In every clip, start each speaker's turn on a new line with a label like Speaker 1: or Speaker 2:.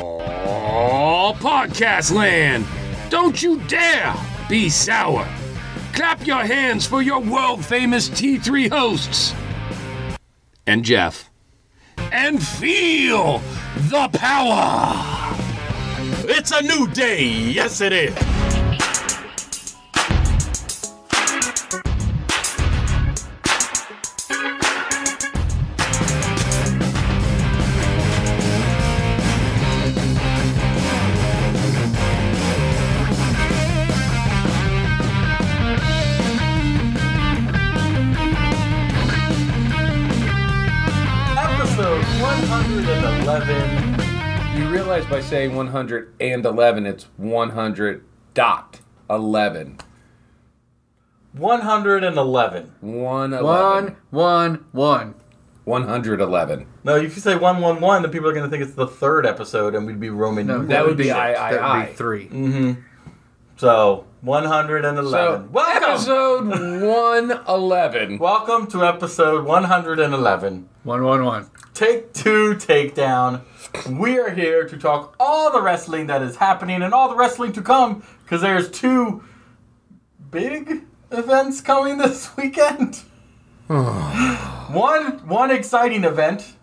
Speaker 1: Oh, podcast land! Don't you dare be sour! Clap your hands for your world famous T3 hosts! And Jeff. And feel the power!
Speaker 2: It's a new day. Yes, it is.
Speaker 3: Episode 111. You realize by saying 111, it's 100 dot 11.
Speaker 2: 111.
Speaker 3: 111.
Speaker 4: One, one, one.
Speaker 3: 111.
Speaker 2: No, if you say 111, then people are going to think it's the third episode and we'd be Roman
Speaker 4: No,
Speaker 2: numerals.
Speaker 3: That would be
Speaker 4: six.
Speaker 3: I, I,
Speaker 4: That would
Speaker 3: I.
Speaker 4: be three.
Speaker 2: So, 111.
Speaker 3: So,
Speaker 2: Welcome!
Speaker 3: episode 111.
Speaker 2: Welcome to episode 111.
Speaker 4: One, one, one.
Speaker 2: Take two takedown. We are here to talk all the wrestling that is happening and all the wrestling to come because there's two big events coming this weekend. one one exciting event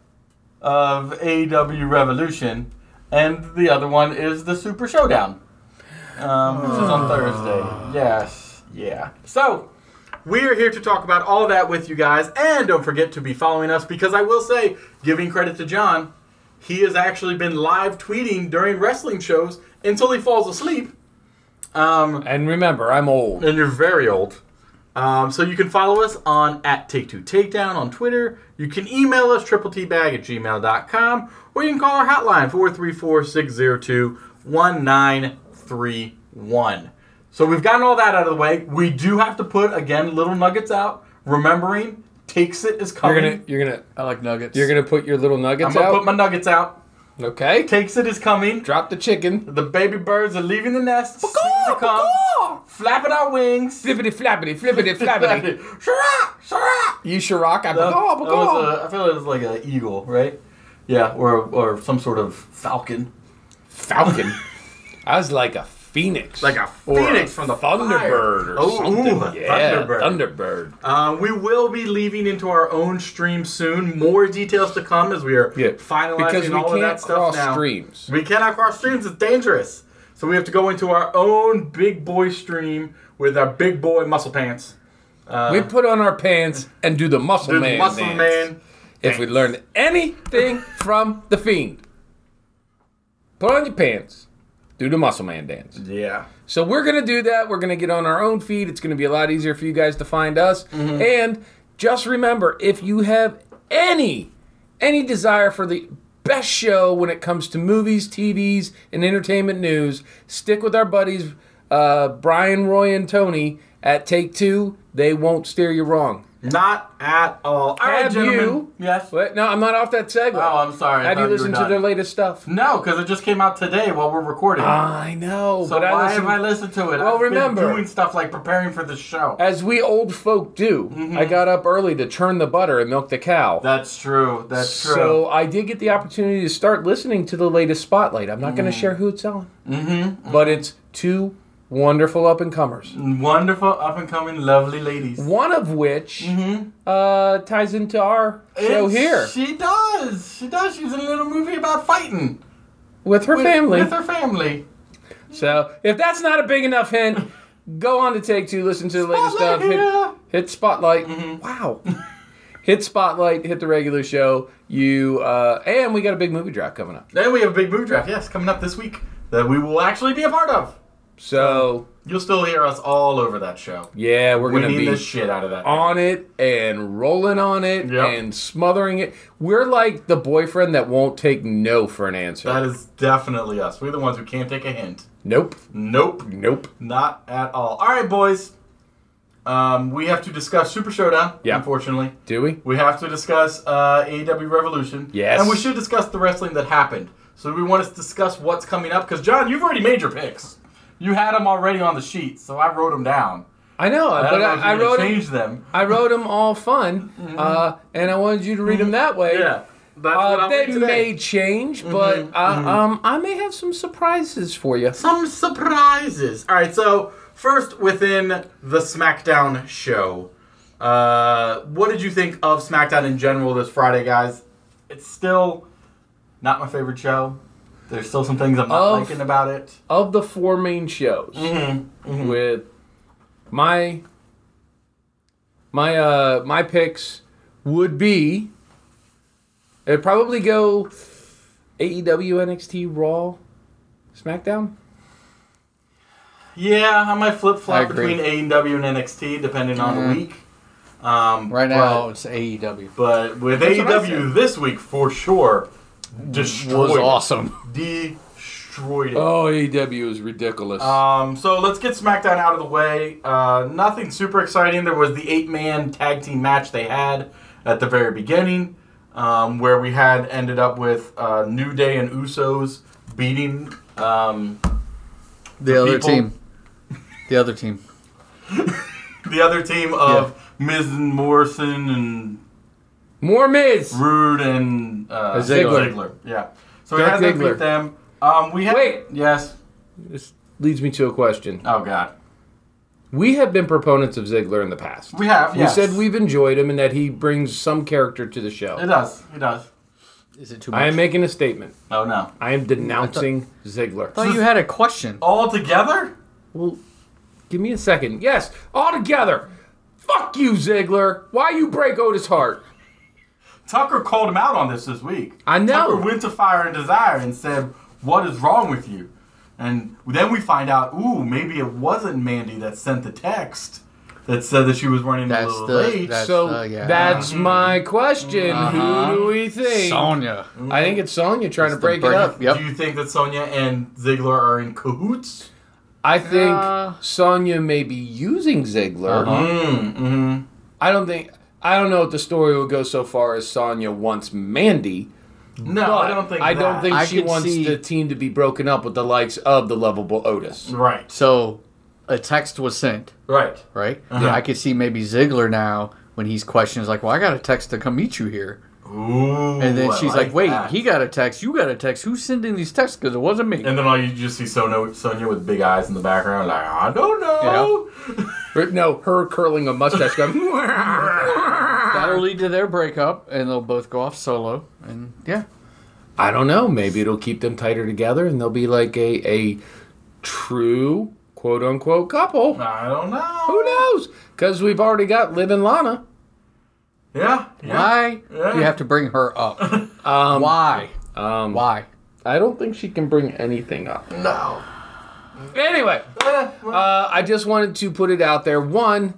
Speaker 2: of AEW Revolution, and the other one is the Super Showdown. Um, which is on Thursday. Yes, yeah. So we are here to talk about all that with you guys, and don't forget to be following us because I will say, giving credit to John, he has actually been live tweeting during wrestling shows until he falls asleep. Um,
Speaker 3: And remember, I'm old.
Speaker 2: and you're very old. Um, so you can follow us on at Take Two Takedown on Twitter. You can email us triple tbag at gmail.com or you can call our hotline 434 602 1931. So we've gotten all that out of the way. We do have to put again little nuggets out. Remembering, takes it is
Speaker 3: You're
Speaker 2: coming.
Speaker 3: gonna, you're gonna,
Speaker 4: I like nuggets.
Speaker 3: you're gonna put your little
Speaker 2: I'm
Speaker 3: nuggets
Speaker 2: gonna
Speaker 3: out.
Speaker 2: put my nuggets out.
Speaker 3: okay.
Speaker 2: Takes it is coming.
Speaker 3: Drop the chicken.
Speaker 2: The baby birds are leaving the nest. Soon to come, flapping our wings.
Speaker 3: Flippity flappity flippity flappity.
Speaker 2: Shrek! Shrek!
Speaker 3: you Chirac, I'm
Speaker 2: That-
Speaker 3: oh,
Speaker 2: that was a- I feel it was like an eagle, right? Yeah, or or some sort of falcon.
Speaker 3: falcon. I was like a phoenix.
Speaker 2: Like a
Speaker 3: Or
Speaker 2: phoenix from the
Speaker 3: Thunderbird
Speaker 2: fire.
Speaker 3: or
Speaker 2: Oh,
Speaker 3: something.
Speaker 2: ooh, a
Speaker 3: yeah,
Speaker 2: Thunderbird.
Speaker 3: Thunderbird.
Speaker 2: Um, we will be leaving into our own stream soon. More details to come as we are finalizing
Speaker 3: because we
Speaker 2: all
Speaker 3: can't
Speaker 2: of that stuff
Speaker 3: cross
Speaker 2: now.
Speaker 3: streams.
Speaker 2: We cannot cross streams; it's dangerous. So we have to go into our own big boy stream with our big boy muscle pants.
Speaker 3: we put on our pants and do the muscle
Speaker 2: Uh, The
Speaker 3: man.
Speaker 2: muscle
Speaker 3: dance.
Speaker 2: man.
Speaker 3: If we learn anything from the fiend, put on your pants, do the muscle man dance.
Speaker 2: Yeah.
Speaker 3: So we're gonna do that. We're gonna get on our own feed. It's gonna be a lot easier for you guys to find us.
Speaker 2: Mm-hmm.
Speaker 3: And just remember, if you have any any desire for the best show when it comes to movies, TVs, and entertainment news, stick with our buddies uh, Brian, Roy, and Tony at Take Two. They won't steer you wrong.
Speaker 2: Not at all. all right,
Speaker 3: Have
Speaker 2: gentlemen.
Speaker 3: you-
Speaker 2: Yes.
Speaker 3: But no, I'm not off that segue.
Speaker 2: Oh, I'm sorry. I
Speaker 3: Have
Speaker 2: thought
Speaker 3: you
Speaker 2: you were
Speaker 3: listened to
Speaker 2: done.
Speaker 3: their latest stuff?
Speaker 2: No, because it just came out today while we're recording.
Speaker 3: I know,
Speaker 2: so
Speaker 3: but I
Speaker 2: why
Speaker 3: listened,
Speaker 2: have I listened to it?
Speaker 3: Well,
Speaker 2: I've
Speaker 3: remember-
Speaker 2: been doing stuff like preparing for the show.
Speaker 3: as we old folk do. I got up early to churn the butter and milk the cow.
Speaker 2: That's true. That's true.
Speaker 3: So I did get the opportunity to start listening to the latest Spotlight. I'm not going to share who it's on, mm-hmm. but it's two wonderful up and comers.
Speaker 2: Mm. Wonderful, up and coming, lovely ladies.
Speaker 3: One of which uh, ties into our show
Speaker 2: And
Speaker 3: here
Speaker 2: She does. She does. She's in a little movie about fighting
Speaker 3: with her
Speaker 2: with-
Speaker 3: family.
Speaker 2: With her family.
Speaker 3: So if that's not a big enough hint, go on to take two, listen to the latest stuff,
Speaker 2: Spotlight
Speaker 3: hit,
Speaker 2: here.
Speaker 3: hit spotlight.
Speaker 2: Mm-hmm.
Speaker 3: Wow. hit spotlight, hit the regular show. You uh, and we got a big movie draft coming up.
Speaker 2: Then we have a big movie draft. Yes, coming up this week that we will actually be a part of.
Speaker 3: So
Speaker 2: You'll still hear us all over that show.
Speaker 3: yeah, we're
Speaker 2: We
Speaker 3: gonna
Speaker 2: need
Speaker 3: be
Speaker 2: the shit out of that.
Speaker 3: on it and rolling on it
Speaker 2: Yep.
Speaker 3: and smothering it. We're like the boyfriend that won't take no for an answer.
Speaker 2: that is definitely us. We're the ones who can't take a hint.
Speaker 3: nope.
Speaker 2: Nope.
Speaker 3: Nope.
Speaker 2: Not at all. All right, boys. Um, we have to discuss Super Showdown.
Speaker 3: Yeah.
Speaker 2: Unfortunately,
Speaker 3: Do we?
Speaker 2: we have to discuss uh, AEW Revolution.
Speaker 3: Yes.
Speaker 2: And we should discuss the wrestling that happened. So we want to discuss what's coming up because John, you've already made your picks. You had them already on the sheet, so I wrote them down.
Speaker 3: I know,
Speaker 2: I
Speaker 3: Uh, but
Speaker 2: don't know
Speaker 3: I,
Speaker 2: if
Speaker 3: I
Speaker 2: you're
Speaker 3: wrote
Speaker 2: gonna
Speaker 3: them.
Speaker 2: change them.
Speaker 3: I wrote them all fun, uh, and I wanted you to read them that way.
Speaker 2: Mm-hmm. Yeah.
Speaker 5: That's what
Speaker 3: Uh,
Speaker 5: I'll
Speaker 3: they
Speaker 5: read today.
Speaker 3: may change, but
Speaker 2: Mm-hmm.
Speaker 3: uh, um, I may have some surprises for you.
Speaker 5: Some surprises. All right, so first within the SmackDown show, uh, what did you think of SmackDown in general this Friday, guys?
Speaker 2: It's still not my favorite show. There's still some things I'm not
Speaker 3: Of-
Speaker 2: liking about it.
Speaker 3: Of the four main shows,
Speaker 2: Mm-hmm.
Speaker 3: with my my uh, my picks would be it'd probably go E AEW, NXT, Raw, SmackDown.
Speaker 2: Yeah, I might flip
Speaker 4: I
Speaker 2: flop
Speaker 4: agree. Mm-hmm.
Speaker 2: between AEW and NXT depending on the week. Um,
Speaker 4: Right
Speaker 2: but-
Speaker 4: now, it's E AEW.
Speaker 2: But with
Speaker 4: what I
Speaker 2: AEW this week, for sure, destroyed.
Speaker 4: was
Speaker 2: it.
Speaker 4: awesome.
Speaker 2: Destroyed it.
Speaker 3: Oh, AEW is ridiculous.
Speaker 2: Um, so let's get SmackDown out of the way. Uh, nothing super exciting. There was the eight man tag team match they had at the very beginning, um, where we had ended up with uh, New Day and Usos beating. Um,
Speaker 4: The other
Speaker 2: people-
Speaker 4: team. The other team.
Speaker 2: the other team of Miz and Morrison and
Speaker 3: More Miz.
Speaker 2: Rude and uh,
Speaker 3: Ziggler.
Speaker 2: Ziggler. Yeah. So
Speaker 3: Dolph
Speaker 2: we had them
Speaker 3: Ziggler.
Speaker 2: beat them. Um, we had,
Speaker 3: Wait.
Speaker 2: Yes.
Speaker 3: This leads me to a question.
Speaker 2: Oh God.
Speaker 3: We have been proponents of Ziggler in the past.
Speaker 2: We have.
Speaker 3: We
Speaker 2: yes.
Speaker 3: said we've enjoyed him and that he brings some character to the show.
Speaker 2: It does. It does.
Speaker 4: Is it too much?
Speaker 3: I am making a statement.
Speaker 2: Oh no.
Speaker 3: I am denouncing Ziggler.
Speaker 4: thought you had a question.
Speaker 2: All together.
Speaker 3: Well, give me a second. Yes, all together. Fuck you, Ziggler. Why you break Otis' heart?
Speaker 2: Tucker called him out on this this week.
Speaker 3: I know.
Speaker 2: Tucker went to Fire and Desire and said, "What is wrong with you?" And then we find out, ooh, maybe it wasn't Mandy that sent the text that said that she was running
Speaker 4: That's
Speaker 2: a little
Speaker 4: the-
Speaker 2: late.
Speaker 4: that's-
Speaker 3: So
Speaker 4: uh, yeah.
Speaker 3: that's
Speaker 2: Mm-hmm.
Speaker 3: my question.
Speaker 2: Uh-huh.
Speaker 3: Who do we think?
Speaker 4: Sonya.
Speaker 3: I think it's Sonya trying to break it
Speaker 4: break-
Speaker 3: up.
Speaker 4: Yep.
Speaker 2: Do you think that Sonya and Ziggler are in cahoots?
Speaker 3: I think
Speaker 4: Uh.
Speaker 3: Sonya may be using Ziggler.
Speaker 2: Mm-hmm.
Speaker 3: I don't think I don't know if the story will go so far as Sonya wants Mandy.
Speaker 2: No,
Speaker 3: But
Speaker 2: Oh, I don't think.
Speaker 3: I
Speaker 2: that.
Speaker 3: don't think
Speaker 4: I
Speaker 3: she
Speaker 4: could
Speaker 3: wants
Speaker 4: see-
Speaker 3: the team to be broken up with the likes of the lovable Otis.
Speaker 2: Right.
Speaker 4: So, a text was sent,
Speaker 2: Right.
Speaker 4: right? I could see maybe Ziggler now when he's questioned, is like, well, I got a text to come meet you here.
Speaker 2: Ooh.
Speaker 4: And then
Speaker 2: I
Speaker 4: she's like, wait,
Speaker 2: that.
Speaker 4: he got a text, you got a text. Who's sending these texts? Because it wasn't me.
Speaker 2: And then all you just see Sonya, Sonya with big eyes in the background, like I don't know.
Speaker 3: Or, no, her curling a mustache. Going,
Speaker 4: That'll lead to their breakup, and they'll both go off solo. And yeah,
Speaker 3: I don't know. Maybe it'll keep them tighter together, and they'll be like a a true quote unquote couple.
Speaker 2: I don't know.
Speaker 3: Who knows? Because we've already got Liv and Lana.
Speaker 2: Yeah. yeah.
Speaker 4: why
Speaker 2: Yeah.
Speaker 4: do you have to bring her up? Um, why? why?
Speaker 3: I don't think she can bring anything up.
Speaker 2: No. Eh,
Speaker 3: Anyway, uh, I just wanted to put it out there. One,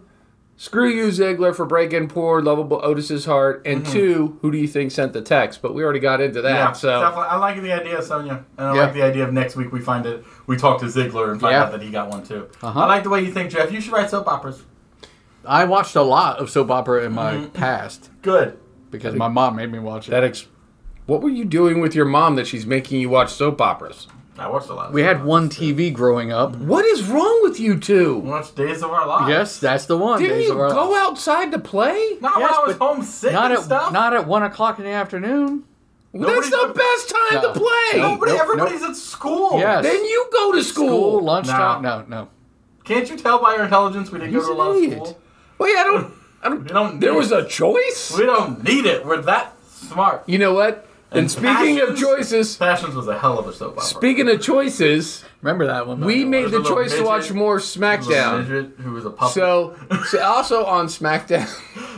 Speaker 3: screw you, Ziggler, for breaking poor, lovable Otis's heart. And two, who do you think sent the text? But we already got into that.
Speaker 2: Mm-hmm. Yeah,
Speaker 3: so
Speaker 2: definitely. I like the idea, Sonia, and I
Speaker 4: Yeah.
Speaker 2: like the idea of next week we find it. We talk to Ziggler and find
Speaker 4: Yeah.
Speaker 2: out that he got one too.
Speaker 4: Uh-huh.
Speaker 2: I like the way you think, Jeff. You should write soap operas.
Speaker 4: I watched a lot of soap opera in my past
Speaker 2: Good.
Speaker 4: because my mom made me watch it.
Speaker 3: that ex- what were you doing with your mom that she's making you watch soap operas?
Speaker 2: I watched a lot. Of
Speaker 4: we
Speaker 2: soap
Speaker 4: had
Speaker 2: operas.
Speaker 4: one TV growing up.
Speaker 3: What is wrong with you
Speaker 2: We
Speaker 3: two?
Speaker 2: watched Days of Our Lives.
Speaker 4: Yes, that's the one.
Speaker 3: Didn't
Speaker 4: Days
Speaker 3: you
Speaker 4: of Our
Speaker 3: go
Speaker 4: Lives.
Speaker 3: outside to play?
Speaker 2: Not
Speaker 4: Yes,
Speaker 2: when I was
Speaker 4: but
Speaker 2: homesick
Speaker 4: Not
Speaker 2: and
Speaker 4: at
Speaker 2: stuff.
Speaker 4: not at one o'clock in the afternoon.
Speaker 3: That's
Speaker 2: Nobody's
Speaker 3: the
Speaker 2: go-
Speaker 3: best time
Speaker 4: No.
Speaker 3: to play.
Speaker 4: No.
Speaker 2: Nobody,
Speaker 4: Nope,
Speaker 2: everybody's at school.
Speaker 4: Yes.
Speaker 3: Then you go to school.
Speaker 4: School lunchtime. No, no.
Speaker 2: Can't you tell by your intelligence we didn't
Speaker 4: He's
Speaker 2: go to a
Speaker 4: an
Speaker 2: lot of
Speaker 4: idiot.
Speaker 2: school?
Speaker 3: Wait, I don't. I don't
Speaker 2: We don't.
Speaker 3: there
Speaker 2: need
Speaker 3: was
Speaker 2: it.
Speaker 3: a choice.
Speaker 2: We don't need it. We're that smart.
Speaker 3: You know what? And speaking of
Speaker 2: passions.
Speaker 3: choices,
Speaker 2: Passions was a hell of a soap opera.
Speaker 3: speaking of choices,
Speaker 4: Remember that one?
Speaker 3: we made
Speaker 2: was
Speaker 3: the
Speaker 2: a little
Speaker 3: choice to watch
Speaker 2: midget.
Speaker 3: more
Speaker 2: There was a
Speaker 3: SmackDown.
Speaker 2: midget who was a puppet.
Speaker 3: So, so also on SmackDown,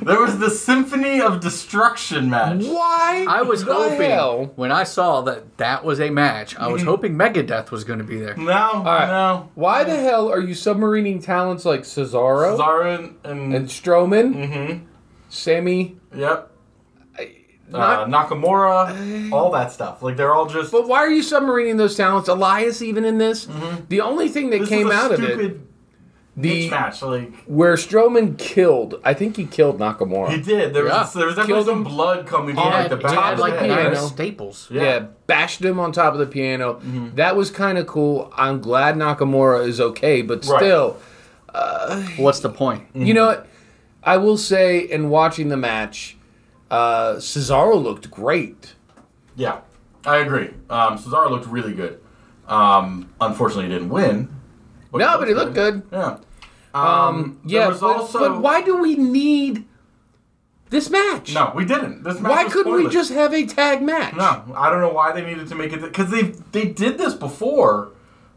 Speaker 2: there was the Symphony of Destruction match.
Speaker 3: why?
Speaker 4: I was
Speaker 3: the
Speaker 4: hoping
Speaker 3: hell?
Speaker 4: when I saw that that was a match. I was hoping Megadeth was going to be there.
Speaker 2: No,
Speaker 3: right.
Speaker 2: no.
Speaker 3: Why the hell are you submarining talents like Cesaro,
Speaker 2: Cesaro and,
Speaker 3: and Strowman, mm-hmm. Sammy?
Speaker 2: yep,
Speaker 3: Not- Uh,
Speaker 2: uh, Nakamura, all that stuff. Like they're all just.
Speaker 3: But why are you submarining those talents? Elias even in this? The only thing that
Speaker 2: Mm-hmm. this
Speaker 3: came
Speaker 2: is a
Speaker 3: out of
Speaker 2: stupid
Speaker 3: it, the
Speaker 2: bitch match. Like
Speaker 3: where Strowman killed, I think he killed Nakamura.
Speaker 2: he did. There
Speaker 4: Yeah.
Speaker 2: was there was definitely
Speaker 3: Killed
Speaker 2: some
Speaker 3: him.
Speaker 2: blood coming
Speaker 4: He
Speaker 2: from like
Speaker 4: had-
Speaker 2: the
Speaker 4: he
Speaker 2: back
Speaker 4: had,
Speaker 2: of his
Speaker 4: like
Speaker 2: head.
Speaker 4: nine
Speaker 3: piano.
Speaker 4: staples.
Speaker 2: Yeah. Mm-hmm.
Speaker 3: yeah. bashed him on top of the piano. That was kind of cool. I'm glad Nakamura is okay, but
Speaker 2: Right. Mm-hmm.
Speaker 3: still,
Speaker 4: What's the point?
Speaker 3: You know what? I will say, in watching the match, uh, Cesaro looked great.
Speaker 2: Yeah, I agree. Um, Cesaro looked really good. Um, unfortunately, he didn't win.
Speaker 3: No, but he looked good.
Speaker 2: Yeah. Um, there
Speaker 3: Yeah,
Speaker 2: was
Speaker 3: but,
Speaker 2: also-
Speaker 3: but why do we need this match?
Speaker 2: No, we didn't. This match
Speaker 3: Why
Speaker 2: was
Speaker 3: couldn't we
Speaker 2: pointless.
Speaker 3: just have a tag match?
Speaker 2: No, I don't know why they needed to make it because they they did this before.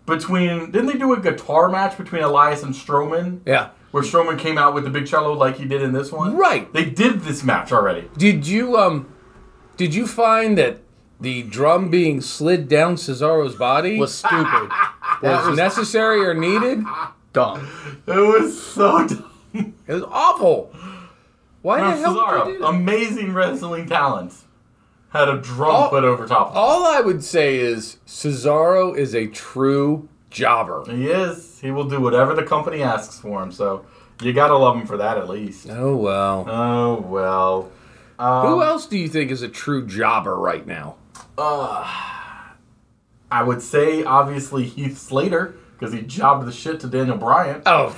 Speaker 2: Between didn't they do a guitar match between Elias and Strowman?
Speaker 3: Yeah.
Speaker 2: where Strowman came out with the big cello like he did in this one.
Speaker 3: Right.
Speaker 2: They did this match already.
Speaker 3: Did you um, did you find that the drum being slid down Cesaro's body
Speaker 4: Was stupid.
Speaker 3: was necessary or needed?
Speaker 4: Dumb.
Speaker 2: It was so. dumb.
Speaker 3: It was awful. Why the hell did they do
Speaker 2: Cesaro, um,
Speaker 3: that?
Speaker 2: amazing wrestling talents, had a drum
Speaker 3: All-
Speaker 2: put over top. of
Speaker 3: All I would say is Cesaro is a true jobber.
Speaker 2: him. He is. He will do whatever the company asks for him. So you gotta love him for that at least.
Speaker 3: Oh well.
Speaker 2: Oh well.
Speaker 4: Um,
Speaker 3: Who else do you think is a true jobber right now?
Speaker 2: I would say obviously Heath Slater because he jobbed the shit to Daniel Bryan.
Speaker 3: Oh,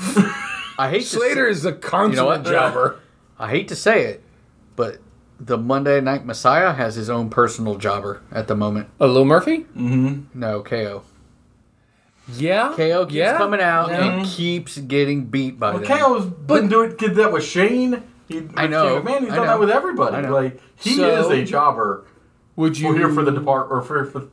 Speaker 4: I hate
Speaker 3: Slater
Speaker 4: To
Speaker 3: is the consummate
Speaker 4: what?
Speaker 3: jobber.
Speaker 4: say, I hate to say it, but the Monday Night Messiah has his own personal jobber at the moment.
Speaker 3: Oh, Lil Murphy?
Speaker 4: No, KO.
Speaker 3: Yeah.
Speaker 4: KO keeps
Speaker 3: yeah.
Speaker 4: coming out and keeps getting beat by them.
Speaker 2: KO's been doing did that with Shane. He,
Speaker 4: I know,
Speaker 2: Man, he's
Speaker 4: I
Speaker 2: done
Speaker 4: know.
Speaker 2: that with everybody.
Speaker 4: I know.
Speaker 2: Like he
Speaker 3: So-
Speaker 2: is a jobber.
Speaker 3: Would you
Speaker 2: We're here for the depart or for, for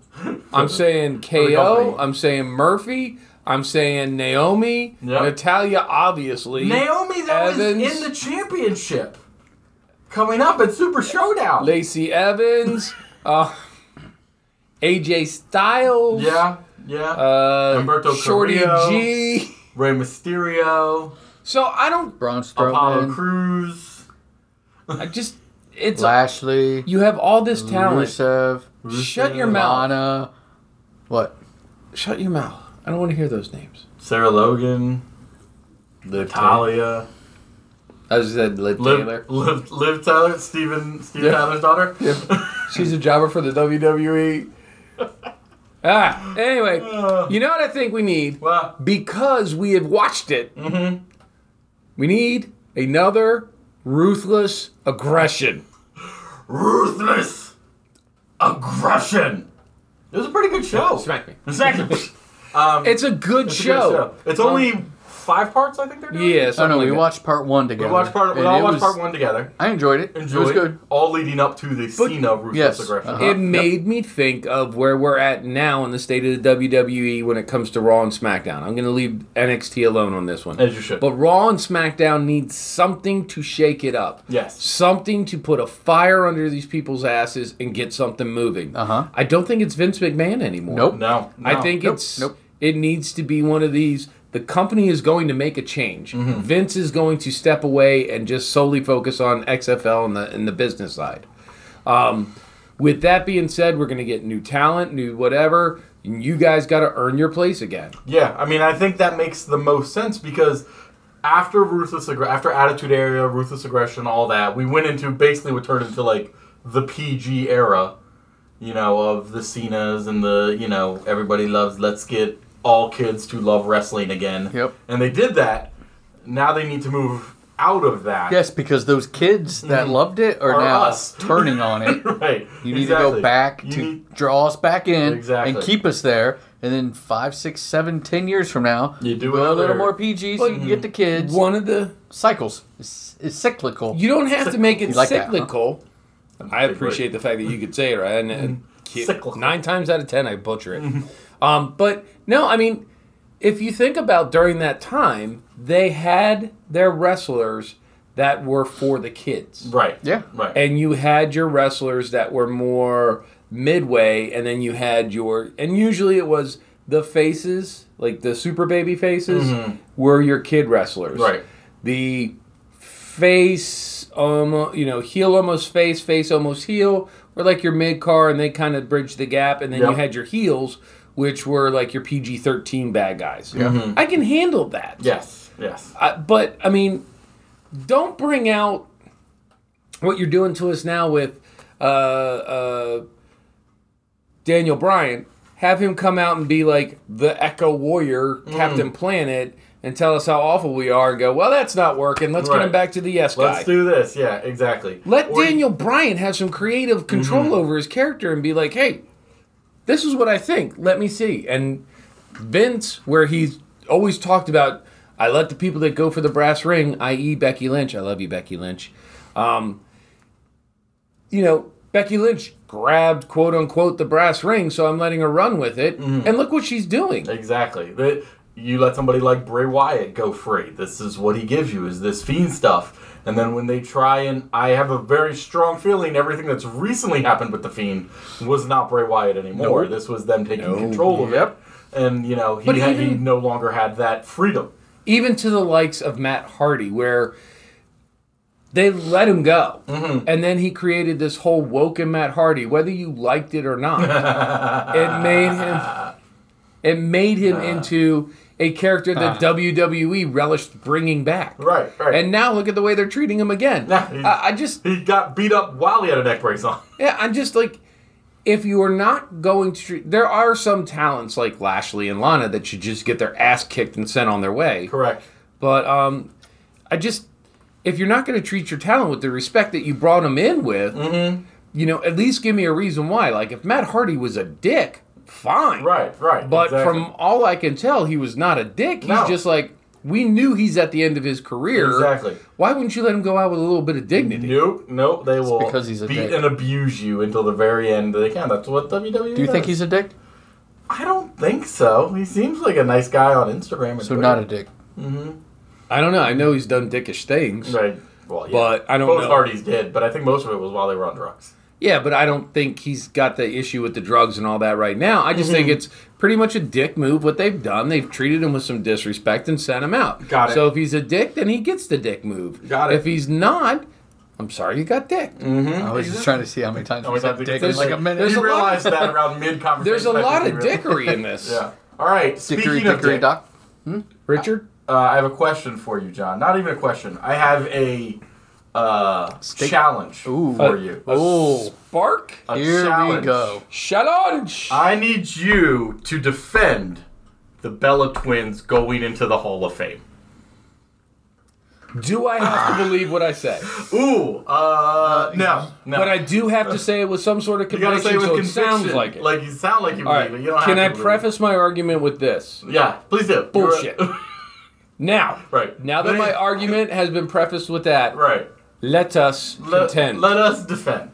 Speaker 3: I'm saying
Speaker 2: the
Speaker 3: KO.
Speaker 2: company.
Speaker 3: I'm saying Murphy. I'm saying Naomi.
Speaker 2: Yep.
Speaker 3: Natalia, obviously.
Speaker 2: Naomi's always
Speaker 3: Evans.
Speaker 2: in the championship. Coming up at Super Showdown.
Speaker 3: Lacey Evans. uh, AJ Styles.
Speaker 2: Yeah, yeah.
Speaker 3: Uh,
Speaker 2: Humberto
Speaker 3: Shorty
Speaker 2: Carrillo.
Speaker 3: G.
Speaker 2: Rey Mysterio,
Speaker 3: So I don't.
Speaker 4: Braun
Speaker 2: Apollo
Speaker 4: Strowman,
Speaker 2: Cruz,
Speaker 3: I just. It's.
Speaker 4: Lashley,
Speaker 3: you have all this talent.
Speaker 4: Rusev,
Speaker 3: Shut your mouth.
Speaker 4: Lana. What?
Speaker 3: Shut your mouth. I don't want to hear those names.
Speaker 2: Sarah Logan, Natalia,
Speaker 3: I just said Liv Taylor.
Speaker 2: Liv, Liv, Liv Tyler, Steven, Steven Tyler's daughter.
Speaker 3: She's a jobber for the E. WWE. ah, anyway,
Speaker 2: Uh.
Speaker 3: you know what I think we need?
Speaker 2: Well,
Speaker 3: Because we have watched it, we need another ruthless aggression.
Speaker 2: ruthless aggression. It was a pretty good show.
Speaker 3: Smack me.
Speaker 2: Exactly.
Speaker 3: It's a good
Speaker 2: Oh. Um, It's a good
Speaker 3: show.
Speaker 2: show. It's only five parts, I think they're doing.
Speaker 3: Yeah,
Speaker 4: Oh
Speaker 3: something
Speaker 4: no, we
Speaker 3: like that.
Speaker 4: watched part one together.
Speaker 2: we watched part. We
Speaker 4: and
Speaker 2: all
Speaker 4: it
Speaker 2: watched
Speaker 4: was-
Speaker 2: part one together.
Speaker 4: I enjoyed it.
Speaker 2: Enjoyed.
Speaker 4: it was good.
Speaker 2: All leading up to the scene of ruthless
Speaker 4: yes,
Speaker 2: aggression.
Speaker 4: uh-huh.
Speaker 3: It made me think of where we're at now in the state of the WWE when it comes to Raw and SmackDown. I'm going to leave NXT alone on this one.
Speaker 2: As you should.
Speaker 3: But Raw and SmackDown need something to shake it up.
Speaker 2: Yes.
Speaker 3: Something to put a fire under these people's asses and get something moving.
Speaker 4: Uh-huh.
Speaker 3: I don't think it's Vince McMahon anymore.
Speaker 4: Nope.
Speaker 2: No, no.
Speaker 3: I think
Speaker 4: Nope,
Speaker 3: it's
Speaker 4: nope.
Speaker 3: it needs to be one of these. The company is going to make a change.
Speaker 4: Mm-hmm.
Speaker 3: Vince is going to step away and just solely focus on XFL and the and the business side. Um, with that being said, we're going to get new talent, new whatever. And you guys got to earn your place again.
Speaker 2: Yeah, I mean, I think that makes the most sense because after ruthless aggr- after attitude era, ruthless aggression, all that, we went into basically what turned into like the PG era, you know, of the Cenas and the you know everybody loves let's get all kids to love wrestling again.
Speaker 4: Yep.
Speaker 2: And they did that. Now they need to move out of that.
Speaker 4: Yes, because those kids that loved it are
Speaker 2: Are
Speaker 4: now
Speaker 2: us.
Speaker 4: turning on it.
Speaker 2: Right.
Speaker 4: You need to
Speaker 2: exactly.
Speaker 4: go back
Speaker 2: You
Speaker 4: to
Speaker 2: need-
Speaker 4: draw us back in
Speaker 2: Exactly.
Speaker 4: and keep us there. And then five, six, seven, ten years from now,
Speaker 2: You do
Speaker 4: go a
Speaker 2: another-
Speaker 4: little more PG so you can get the kids.
Speaker 3: One of the
Speaker 4: Cycles. It's, it's cyclical.
Speaker 3: you don't have to make it
Speaker 4: You like that, huh?
Speaker 3: cyclical. I appreciate the fact that you could say it right. And, and ki-
Speaker 2: Cyclical.
Speaker 3: nine times out of ten, I butcher it. um, but no, I mean, if you think about during that time, they had their wrestlers that were for the kids,
Speaker 2: Right.
Speaker 4: Yeah.
Speaker 2: Right.
Speaker 3: and you had your wrestlers that were more midway, and then you had your and usually it was the faces, like the super baby faces, were your kid wrestlers,
Speaker 2: Mm-hmm. Right.
Speaker 3: the face almost you know heel almost face face almost heel were like your mid car and they kind of bridged the gap and then you
Speaker 2: Yep.
Speaker 3: had your heels which were like your pg-13 bad guys i can handle that
Speaker 2: yes. Yes.
Speaker 3: I, but i mean don't bring out what you're doing to us now with uh, uh,
Speaker 2: Mm.
Speaker 3: daniel bryan have him come out and be like the echo warrior captain planet and tell us how awful we are and go, well, that's not working. Let's get him
Speaker 2: Right.
Speaker 3: back to the yes guy.
Speaker 2: Let's do this. Yeah, exactly.
Speaker 3: Let
Speaker 2: Or-
Speaker 3: Daniel Bryan have some creative control over his character and be like, hey, this is what I think. Let me see. And Vince, where he's always talked about, I let the people that go for the brass ring, i.e., Becky Lynch. I love you, Becky Lynch. Um, you know, Becky Lynch grabbed quote unquote the brass ring, so I'm letting her run with it. And look what she's doing.
Speaker 2: Exactly. That you let somebody like Bray Wyatt go free. This is what he gives you is this fiend stuff. And then when they try and I have a very strong feeling everything that's recently happened with the fiend was not Bray Wyatt anymore. This was them taking control of
Speaker 4: Yep.
Speaker 2: it. And you know,
Speaker 3: But
Speaker 2: he, had, he
Speaker 3: even-
Speaker 2: no longer had that freedom.
Speaker 3: even to the likes of Matt Hardy, where they let him go. And then he created this whole woken Matt Hardy, whether you liked it or not. it made him it made him into a character that WWE relished bringing back.
Speaker 2: Right, right.
Speaker 3: And now look at the way they're treating him again.
Speaker 2: Yeah, he's-
Speaker 3: I, I just
Speaker 2: He got beat up while he had a neck brace on.
Speaker 3: yeah, I'm just like, if you are not going to, treat- there are some talents like Lashley and Lana that should just get their ass kicked and sent on their way.
Speaker 2: Correct.
Speaker 3: But um, I just if you're not going to treat your talent with the respect that you brought him in with,
Speaker 2: Mm-hmm.
Speaker 3: you know, at least give me a reason why. Like if Matt Hardy was a dick, fine.
Speaker 2: Right, right.
Speaker 3: But
Speaker 2: exactly.
Speaker 3: from all I can tell, he was not a dick. He's
Speaker 2: No.
Speaker 3: just like we knew he's at the end of his career.
Speaker 2: Exactly.
Speaker 3: Why wouldn't you let him go out with a little bit of dignity?
Speaker 2: Nope, nope. They will
Speaker 4: because he's a
Speaker 2: beat
Speaker 4: dick.
Speaker 2: and abuse you until the very end they can. That's what WWE
Speaker 4: Do you think
Speaker 2: does.
Speaker 4: he's a dick?
Speaker 2: I don't think so. He seems like a nice guy on Instagram. And
Speaker 4: So not a dick.
Speaker 2: Mm-hmm.
Speaker 3: I don't know. I know he's done dickish things.
Speaker 2: Right. Well, yeah.
Speaker 3: But I don't
Speaker 2: Both
Speaker 3: know.
Speaker 2: parties did, but I think most of it was while they were on drugs.
Speaker 3: Yeah, but I don't think he's got the issue with the drugs and all that right now. I just think
Speaker 2: Mm-hmm.
Speaker 3: it's pretty much a dick move what they've done. They've treated him with some disrespect and sent him out.
Speaker 2: Got it.
Speaker 3: So if he's a dick, then he gets the dick move.
Speaker 2: Got it. Mm-hmm.
Speaker 3: If he's not, I'm sorry you got dick.
Speaker 4: I was just trying to see how many times
Speaker 2: How
Speaker 4: we
Speaker 2: many
Speaker 4: said
Speaker 2: times we
Speaker 4: dick
Speaker 2: said
Speaker 4: in like
Speaker 2: dick?
Speaker 4: a minute.
Speaker 3: There's
Speaker 2: you
Speaker 3: a lot-
Speaker 2: realize that around mid conversation.
Speaker 3: There's a lot of dickery in this.
Speaker 2: Yeah. All right. Speaking
Speaker 4: Dickery,
Speaker 2: of
Speaker 4: dickery,
Speaker 2: dick, uh,
Speaker 4: doc.
Speaker 3: Richard?
Speaker 2: I have a question for you, John. Not even a question. I have a uh,
Speaker 4: Steak-
Speaker 2: challenge
Speaker 4: Ooh.
Speaker 2: for you. Uh,
Speaker 4: Oh,
Speaker 3: Bark?
Speaker 2: A
Speaker 4: here
Speaker 2: challenge.
Speaker 4: we go.
Speaker 3: Challenge!
Speaker 2: I need you to defend the Bella twins going into the Hall of Fame.
Speaker 3: Do I have to believe what I say?
Speaker 2: Ooh, uh, no, no.
Speaker 3: But I do have to say it with some sort of
Speaker 2: You gotta
Speaker 3: conviction,
Speaker 2: say it with
Speaker 3: so it
Speaker 2: conviction.
Speaker 3: sounds like it.
Speaker 2: you sound like you
Speaker 3: all
Speaker 2: believe
Speaker 3: right,
Speaker 2: it. You don't
Speaker 3: can I
Speaker 2: have to believe it.
Speaker 3: preface my argument with this?
Speaker 2: Yeah, please do. You're-
Speaker 3: Bullshit. Now,
Speaker 2: Right.
Speaker 3: now that my
Speaker 2: Right.
Speaker 3: argument has been prefaced with that,
Speaker 2: right.
Speaker 3: let us
Speaker 2: Let,
Speaker 3: contend.
Speaker 2: let us defend.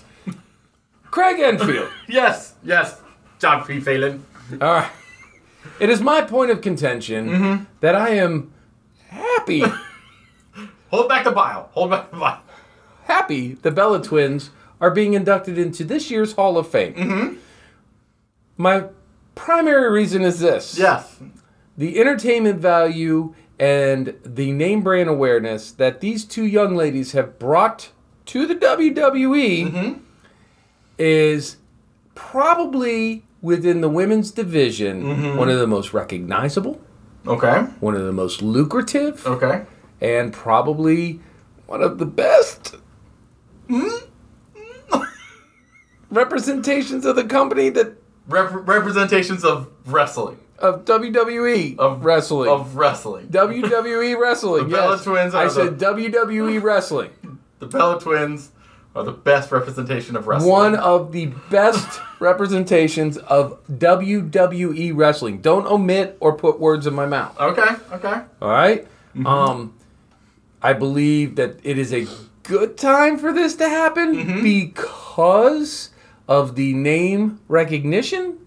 Speaker 3: Craig Enfield.
Speaker 2: Yes, yes. John P. Phelan.
Speaker 3: All right. It is my point of contention
Speaker 2: Mm-hmm.
Speaker 3: that I am happy,
Speaker 2: Hold back the bile. Hold back the bile.
Speaker 3: happy the Bella twins are being inducted into this year's Hall of Fame.
Speaker 2: Mm-hmm.
Speaker 3: My primary reason is this
Speaker 2: Yes.
Speaker 3: the entertainment value and the name brand awareness that these two young ladies have brought to the WWE
Speaker 2: Mm-hmm.
Speaker 3: is probably within the women's division
Speaker 2: Mm-hmm.
Speaker 3: one of the most recognizable,
Speaker 2: Okay.
Speaker 3: one of the most lucrative,
Speaker 2: Okay.
Speaker 3: and probably one of the best
Speaker 2: Mm-hmm.
Speaker 3: representations of the company that
Speaker 2: Rep- representations of wrestling.
Speaker 3: of WWE
Speaker 2: Of
Speaker 3: wrestling
Speaker 2: Of wrestling.
Speaker 3: WWE E wrestling.
Speaker 2: The Bella
Speaker 3: yes.
Speaker 2: Twins
Speaker 3: I
Speaker 2: are
Speaker 3: said WWE wrestling.
Speaker 2: the Bella twins are the best representation of wrestling.
Speaker 3: One of the best representations of WWE wrestling. Don't omit or put words in my mouth.
Speaker 2: Okay. Okay.
Speaker 3: All right? Um, I believe that it is a good time for this to happen because of the name recognition.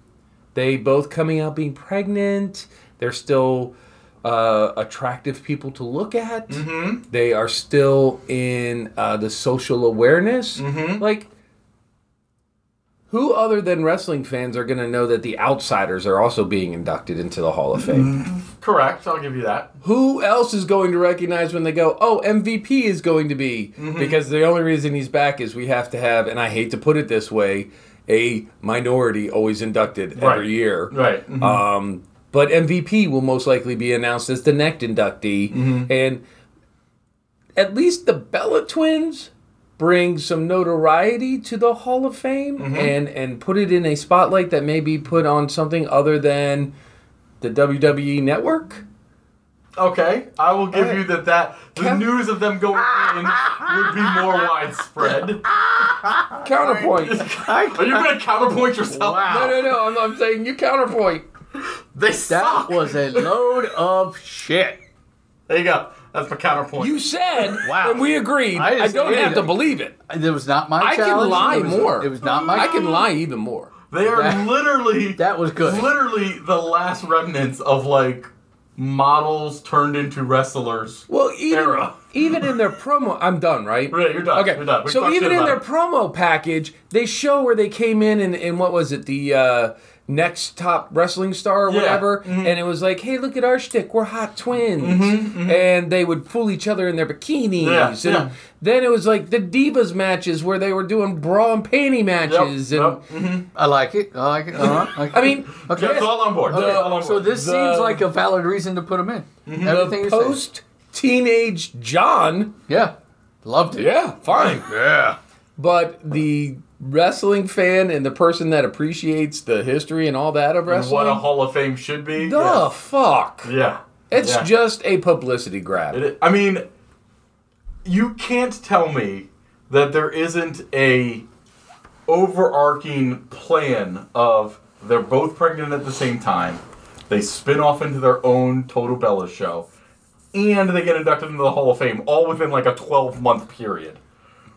Speaker 3: They both coming out being pregnant. They're still uh, attractive people to look at. They are still in uh, the social awareness. Like, who other than wrestling fans are going to know that the outsiders are also being inducted into the Hall of Fame?
Speaker 2: Correct. I'll give you that.
Speaker 3: who else is going to recognize when they go, oh, MVP is going to be? Because the only reason he's back is we have to have, and I hate to put it this way, a minority always inducted
Speaker 2: Right.
Speaker 3: every year.
Speaker 2: Right.
Speaker 4: Mm-hmm.
Speaker 2: mhm.
Speaker 3: Um, but MVP will most likely be announced as the next inductee. And at least the Bella twins bring some notoriety to the Hall of Fame and, and put it in a spotlight that may be put on something other than the WWE E network.
Speaker 2: Okay, I will give you that. That the
Speaker 3: Kev-
Speaker 2: news of them going in would be more widespread.
Speaker 3: Counterpoint.
Speaker 2: Are you going to counterpoint yourself?
Speaker 3: No, no, no. I'm, I'm saying you counterpoint.
Speaker 2: They
Speaker 4: That
Speaker 2: suck.
Speaker 4: was a load of shit.
Speaker 2: there you go. That's my counterpoint.
Speaker 3: You said,
Speaker 4: Wow.
Speaker 3: and we agreed.
Speaker 4: I
Speaker 3: I,
Speaker 4: just
Speaker 3: don't
Speaker 4: hated
Speaker 3: have to
Speaker 4: it.
Speaker 3: believe it.
Speaker 4: It was not my
Speaker 3: I can
Speaker 4: challenge.
Speaker 3: lie
Speaker 4: It was-
Speaker 3: more.
Speaker 4: It was not my
Speaker 3: I can lie even more.
Speaker 2: they are
Speaker 4: that-
Speaker 2: literally
Speaker 4: That was good.
Speaker 2: literally the last remnants of like models turned into wrestlers.
Speaker 3: Well, even,
Speaker 2: Era.
Speaker 3: even in their promo, I'm done, right?
Speaker 2: Right, you're done.
Speaker 3: Okay,
Speaker 2: you're done. We
Speaker 3: so
Speaker 2: talked
Speaker 3: even
Speaker 2: shit
Speaker 3: in
Speaker 2: about
Speaker 3: their
Speaker 2: it.
Speaker 3: promo package, they show where they came in and, and what was it, the uh, next top wrestling star or
Speaker 2: Yeah, Mm-hmm.
Speaker 3: whatever, and it was like, hey, look at our shtick, we're hot twins, and they would fool each other in their bikinis,
Speaker 2: mm-hmm. Yeah,
Speaker 3: and
Speaker 2: yeah.
Speaker 3: then it was like the divas matches where they were doing bra and panty matches, and
Speaker 2: Yep, yep.
Speaker 4: I like it. I like it. Uh-huh.
Speaker 3: I mean,
Speaker 4: okay.
Speaker 2: That's all on board. That's all on board.
Speaker 4: Uh, so this
Speaker 3: The- Mm-hmm.
Speaker 4: seems like a valid reason to put them in. Everything you're saying.
Speaker 3: post teenage John,
Speaker 4: Yeah. Loved it.
Speaker 3: yeah, fine, yeah, but the wrestling fan and the person that appreciates the history and all that of wrestling.
Speaker 2: what a Hall of Fame should be.
Speaker 3: The fuck?
Speaker 2: Yeah. yeah.
Speaker 3: It's
Speaker 2: Yeah.
Speaker 3: just a publicity grab.
Speaker 2: It- I mean, you can't tell me that there isn't a overarching plan of they're both pregnant at the same time. They spin off into their own Total Bella show, and they get inducted into the Hall of Fame all within like a 12 month period.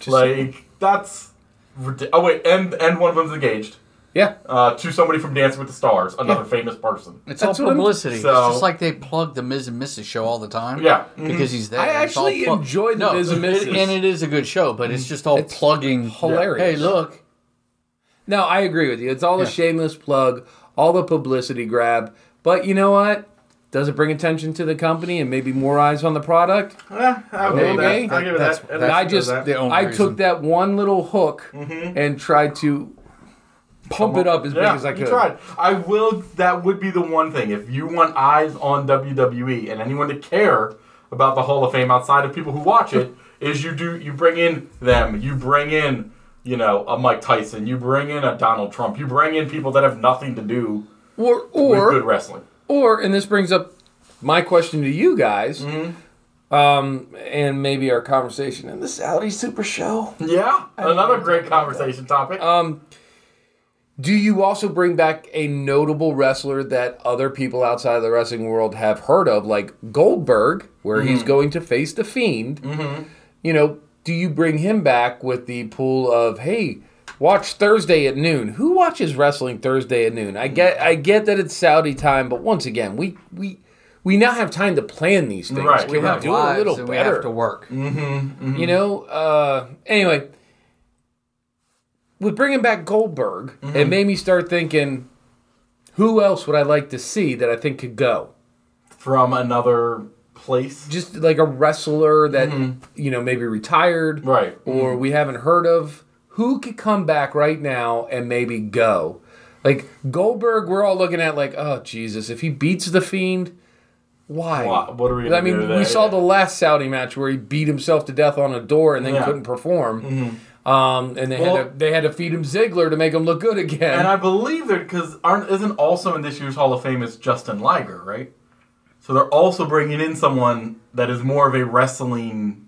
Speaker 2: like that's ridiculous. Oh wait, and and one of them's engaged
Speaker 3: Yeah.
Speaker 2: uh, to somebody from Dancing with the Stars, another famous person.
Speaker 4: It's
Speaker 3: That's
Speaker 4: all
Speaker 3: what I'm-
Speaker 4: publicity.
Speaker 2: So-
Speaker 4: it's just like they plug the Ms. and Mrs. show all the time.
Speaker 2: Yeah. Mhm.
Speaker 4: Because he's there.
Speaker 3: Mm-hmm. I
Speaker 4: It's all
Speaker 3: actually
Speaker 4: plug-
Speaker 3: enjoy the
Speaker 4: no,
Speaker 3: Ms. and
Speaker 4: it-
Speaker 3: Mrs..
Speaker 4: and it is a good show, but it's just all plugging.
Speaker 3: hilarious.
Speaker 4: Hey, look.
Speaker 3: No, I agree with you. It's all a shameless plug, all the publicity grab. But you know what? Does it bring attention to the company and maybe more eyes on the product?
Speaker 2: I'll
Speaker 3: give it Okay. that. I'll
Speaker 2: give
Speaker 4: it That's- that.
Speaker 3: And I just,
Speaker 4: the only
Speaker 3: I
Speaker 4: reason.
Speaker 3: took that one little hook and tried to pump it up as big
Speaker 2: Mm-hmm. Yeah,
Speaker 3: as I could.
Speaker 2: you tried. I will. That would be the one thing. If you want eyes on WWE and anyone to care about the Hall of Fame outside of people who watch it, is you do you bring in them. You bring in you know a Mike Tyson. You bring in a Donald Trump. You bring in people that have nothing to do
Speaker 3: Or,
Speaker 2: with
Speaker 3: or,
Speaker 2: good wrestling.
Speaker 3: Or, and this brings up my question to you guys, um, and maybe our conversation in the Saudi Super Show.
Speaker 2: Yeah, another great conversation topic.
Speaker 3: Uh, Do you also bring back a notable wrestler that other people outside of the wrestling world have heard of, like Goldberg, where he's going to face the Fiend? You know, do you bring him back with the pool of hey? Watch Thursday at noon. Who watches wrestling Thursday at noon? I get, I get that it's Saudi time, but once again, we we we now have time to plan these things.
Speaker 2: Right,
Speaker 3: Can
Speaker 2: we
Speaker 3: we
Speaker 2: have
Speaker 3: do a little better?
Speaker 4: and
Speaker 3: Mm-hmm.
Speaker 4: we have to work.
Speaker 3: You know, uh, anyway, with bringing back Goldberg, it made me start thinking, who else would I like to see that I think could go?
Speaker 2: From another place.
Speaker 3: Just like a wrestler that, you know, maybe retired
Speaker 2: Right.
Speaker 3: or we haven't heard of. Who could come back right now and maybe go? Like Goldberg, we're all looking at like, oh, Jesus, if he beats The Fiend, why?
Speaker 2: Wha- What are we? Gonna
Speaker 3: I mean,
Speaker 2: do
Speaker 3: we
Speaker 2: there?
Speaker 3: saw the last Saudi match where he beat himself to death on a door and then
Speaker 2: Yeah. Mm-hmm.
Speaker 3: couldn't perform. Um, and they
Speaker 2: Well-
Speaker 3: had to, they had to feed him Ziggler to make him look good again.
Speaker 2: And I believe that because aren't isn't also in this year's Hall of Fame is Justin Liger, right? So they're also bringing in someone that is more of a wrestling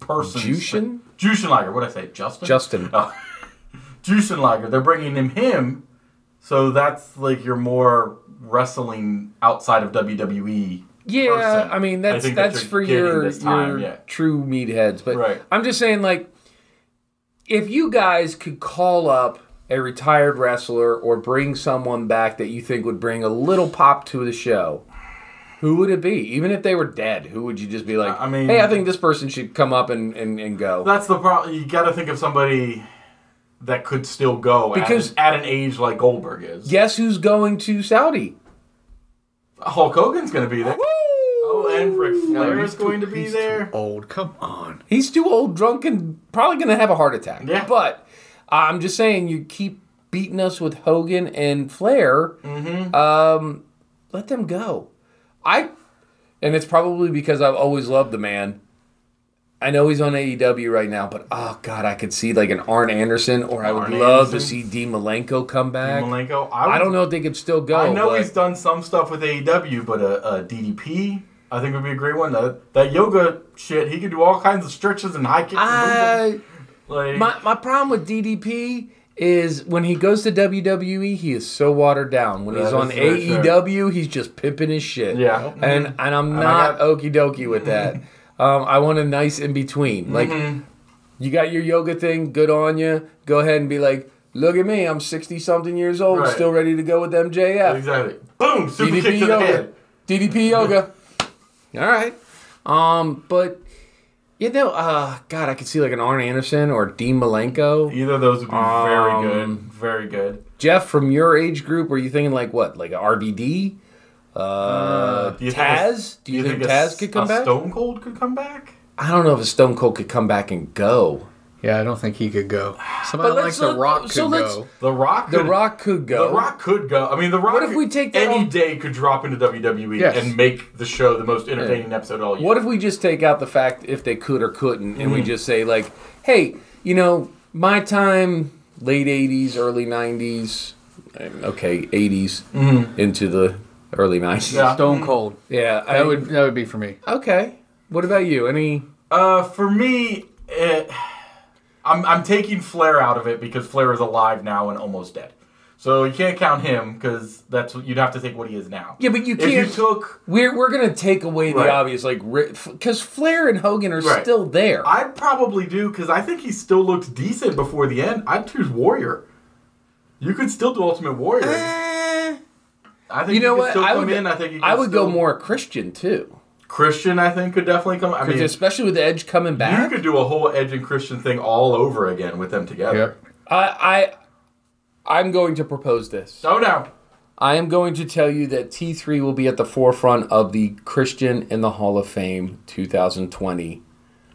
Speaker 2: person.
Speaker 3: Jushin?
Speaker 2: Jushin Liger. What did I say? Justin.
Speaker 3: Justin,
Speaker 2: Oh. Jushin Liger. They're bringing him him. So that's like your more wrestling outside of E. WWE.
Speaker 3: yeah,
Speaker 2: person.
Speaker 3: I mean
Speaker 2: I
Speaker 3: that's
Speaker 2: think that
Speaker 3: that's
Speaker 2: you're
Speaker 3: for
Speaker 2: getting
Speaker 3: your
Speaker 2: this time,
Speaker 3: your
Speaker 2: yeah.
Speaker 3: true meatheads. But
Speaker 2: Right.
Speaker 3: I'm just saying, like, if you guys could call up a retired wrestler or bring someone back that you think would bring a little pop to the show. Who would it be? Even if they were dead, who would you just be like,
Speaker 2: I mean-
Speaker 3: hey, I think this person should come up and, and, and go?
Speaker 2: That's the problem. You got to think of somebody that could still go at
Speaker 3: Because-
Speaker 2: an- at an age like Goldberg is.
Speaker 3: Guess who's going to Saudi?
Speaker 2: Hulk Hogan's going to be there. Oh, and Ric Flair
Speaker 4: he's
Speaker 2: is going to be there.
Speaker 4: Old, come on.
Speaker 3: He's too old, drunk, and probably going to have a heart attack.
Speaker 2: Yeah.
Speaker 3: But I'm just saying, you keep beating us with Hogan and Flair.
Speaker 2: Mm-hmm.
Speaker 3: Um, let them go. I, and it's probably because I've always loved the man. I know he's on AEW right now, but oh god, I could see like an Arn Anderson, or I would
Speaker 2: Arn
Speaker 3: love to see
Speaker 2: Anderson.
Speaker 3: D. Malenko come back.
Speaker 2: Malenko.
Speaker 3: I
Speaker 2: would-
Speaker 3: don't know if they could still go.
Speaker 2: I know
Speaker 3: but-
Speaker 2: he's done some stuff with AEW, but a, a DDP, I think would be a great one. That that yoga shit, he can do all kinds of stretches and high kicks. and
Speaker 3: I,
Speaker 2: movements. like
Speaker 3: my, my problem with DDP is when he goes to WWE, he is so watered down. When he's
Speaker 2: That
Speaker 3: on
Speaker 2: is very
Speaker 3: AEW, he's just pimping his shit.
Speaker 2: Yeah.
Speaker 3: and and I'm not
Speaker 2: got-
Speaker 3: okey dokey with that. um, I want a nice in
Speaker 2: Mm-hmm.
Speaker 3: between. Like you got your yoga thing, good on you. Go ahead and be like, look at me, I'm sixty something years old,
Speaker 2: Right.
Speaker 3: still ready to go with MJF.
Speaker 2: exactly. Boom! Super
Speaker 3: DDP
Speaker 2: kick to the
Speaker 3: yoga.
Speaker 2: head.
Speaker 3: DDP yoga. All right. Um, but you know, uh, God, I could see like an Arn Anderson or Dean Malenko.
Speaker 2: Either of those would be very good.
Speaker 3: Um,
Speaker 2: Very good.
Speaker 3: Jeff, from your age group, are you thinking like what, like a RVD? Uh,
Speaker 2: Mm, Do you think a-
Speaker 3: Taz? Do you, think,
Speaker 2: a-
Speaker 3: Taz could come
Speaker 2: a
Speaker 3: back?
Speaker 2: Stone Cold could come back.
Speaker 3: I don't know if a Stone Cold could come back and go.
Speaker 4: Yeah, I don't think he could go. Somebody like
Speaker 3: let's
Speaker 4: The
Speaker 3: look-
Speaker 4: Rock could
Speaker 3: so let's-
Speaker 4: go.
Speaker 2: The Rock.
Speaker 3: The
Speaker 2: Could,
Speaker 3: Rock could go.
Speaker 2: The Rock could go. I mean, The Rock.
Speaker 3: What if we take that
Speaker 2: any
Speaker 3: off-
Speaker 2: day could drop into WWE
Speaker 4: Yes.
Speaker 2: and make the show the most entertaining episode all year.
Speaker 3: What if we just take out the fact if they could or couldn't, and
Speaker 2: Mm-hmm.
Speaker 3: we just say like, hey, you know, my time, late '80s, early '90s, okay, '80s into the early '90s.
Speaker 2: Mm-hmm. Yeah.
Speaker 4: Stone Cold.
Speaker 3: yeah I
Speaker 4: That would that would be for me.
Speaker 3: Okay. What about you? Any?
Speaker 2: Uh, for me, it, I'm I'm taking Flair out of it because Flair is alive now and almost dead, so you can't count him because that's what you'd have to take what he is now.
Speaker 3: Yeah, but you
Speaker 2: if you
Speaker 3: can't.
Speaker 2: took,
Speaker 3: we're we're gonna take away the
Speaker 2: Right.
Speaker 3: obvious, like because Flair and Hogan are
Speaker 2: Right.
Speaker 3: still there.
Speaker 2: I'd probably do because I think he still looked decent before the end. I'd choose Warrior. You could still do Ultimate Warrior. I think
Speaker 3: Eh, you know
Speaker 2: could
Speaker 3: what?
Speaker 2: Still
Speaker 3: I
Speaker 2: come
Speaker 3: would.
Speaker 2: in. I think you
Speaker 3: I
Speaker 2: could
Speaker 3: would
Speaker 2: still-
Speaker 3: go more Christian too,
Speaker 2: Christian. I think could definitely come. I mean,
Speaker 3: especially with Edge coming back.
Speaker 2: you could do a whole Edge and Christian thing all over again with them together.
Speaker 3: I, I I'm going to propose this.
Speaker 2: Oh no.
Speaker 3: I am going to tell you that T3 will be at the forefront of the Christian in the Hall of Fame 2020,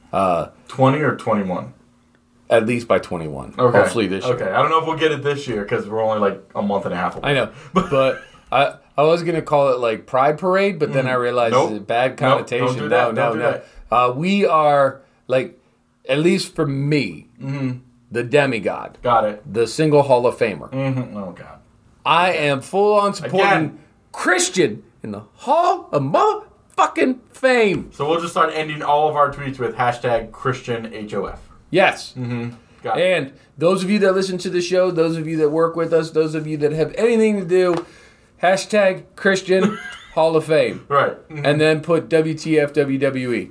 Speaker 2: 20 or 21?
Speaker 3: at least by 21.
Speaker 2: Okay.
Speaker 3: Hopefully this year.
Speaker 2: Okay. I don't know if we'll get it this year because we're only like a month and a half away.
Speaker 3: I know, but I I was gonna call it like Pride Parade, but then I realized
Speaker 2: Mm. Nope.
Speaker 3: it's a bad
Speaker 2: Nope. Don't do
Speaker 3: connotation.
Speaker 2: that.
Speaker 3: No,
Speaker 2: Don't do
Speaker 3: no, no. Uh, we are like, at least for me,
Speaker 2: Mm-hmm.
Speaker 3: the demigod,
Speaker 2: Got it.
Speaker 3: the single Hall of Famer.
Speaker 2: Mhm. Oh, God.
Speaker 3: I am full on supporting
Speaker 2: Again.
Speaker 3: Christian in the Hall of Motherfucking Fame.
Speaker 2: So we'll just start ending all of our tweets with hashtag Christian HOF.
Speaker 3: Yes.
Speaker 2: Got it.
Speaker 3: And those of you that listen to the show, those of you that work with us, those of you that have anything to do, hashtag Christian Hall of Fame.
Speaker 2: Right. Mhm.
Speaker 3: And then put WTF WWE.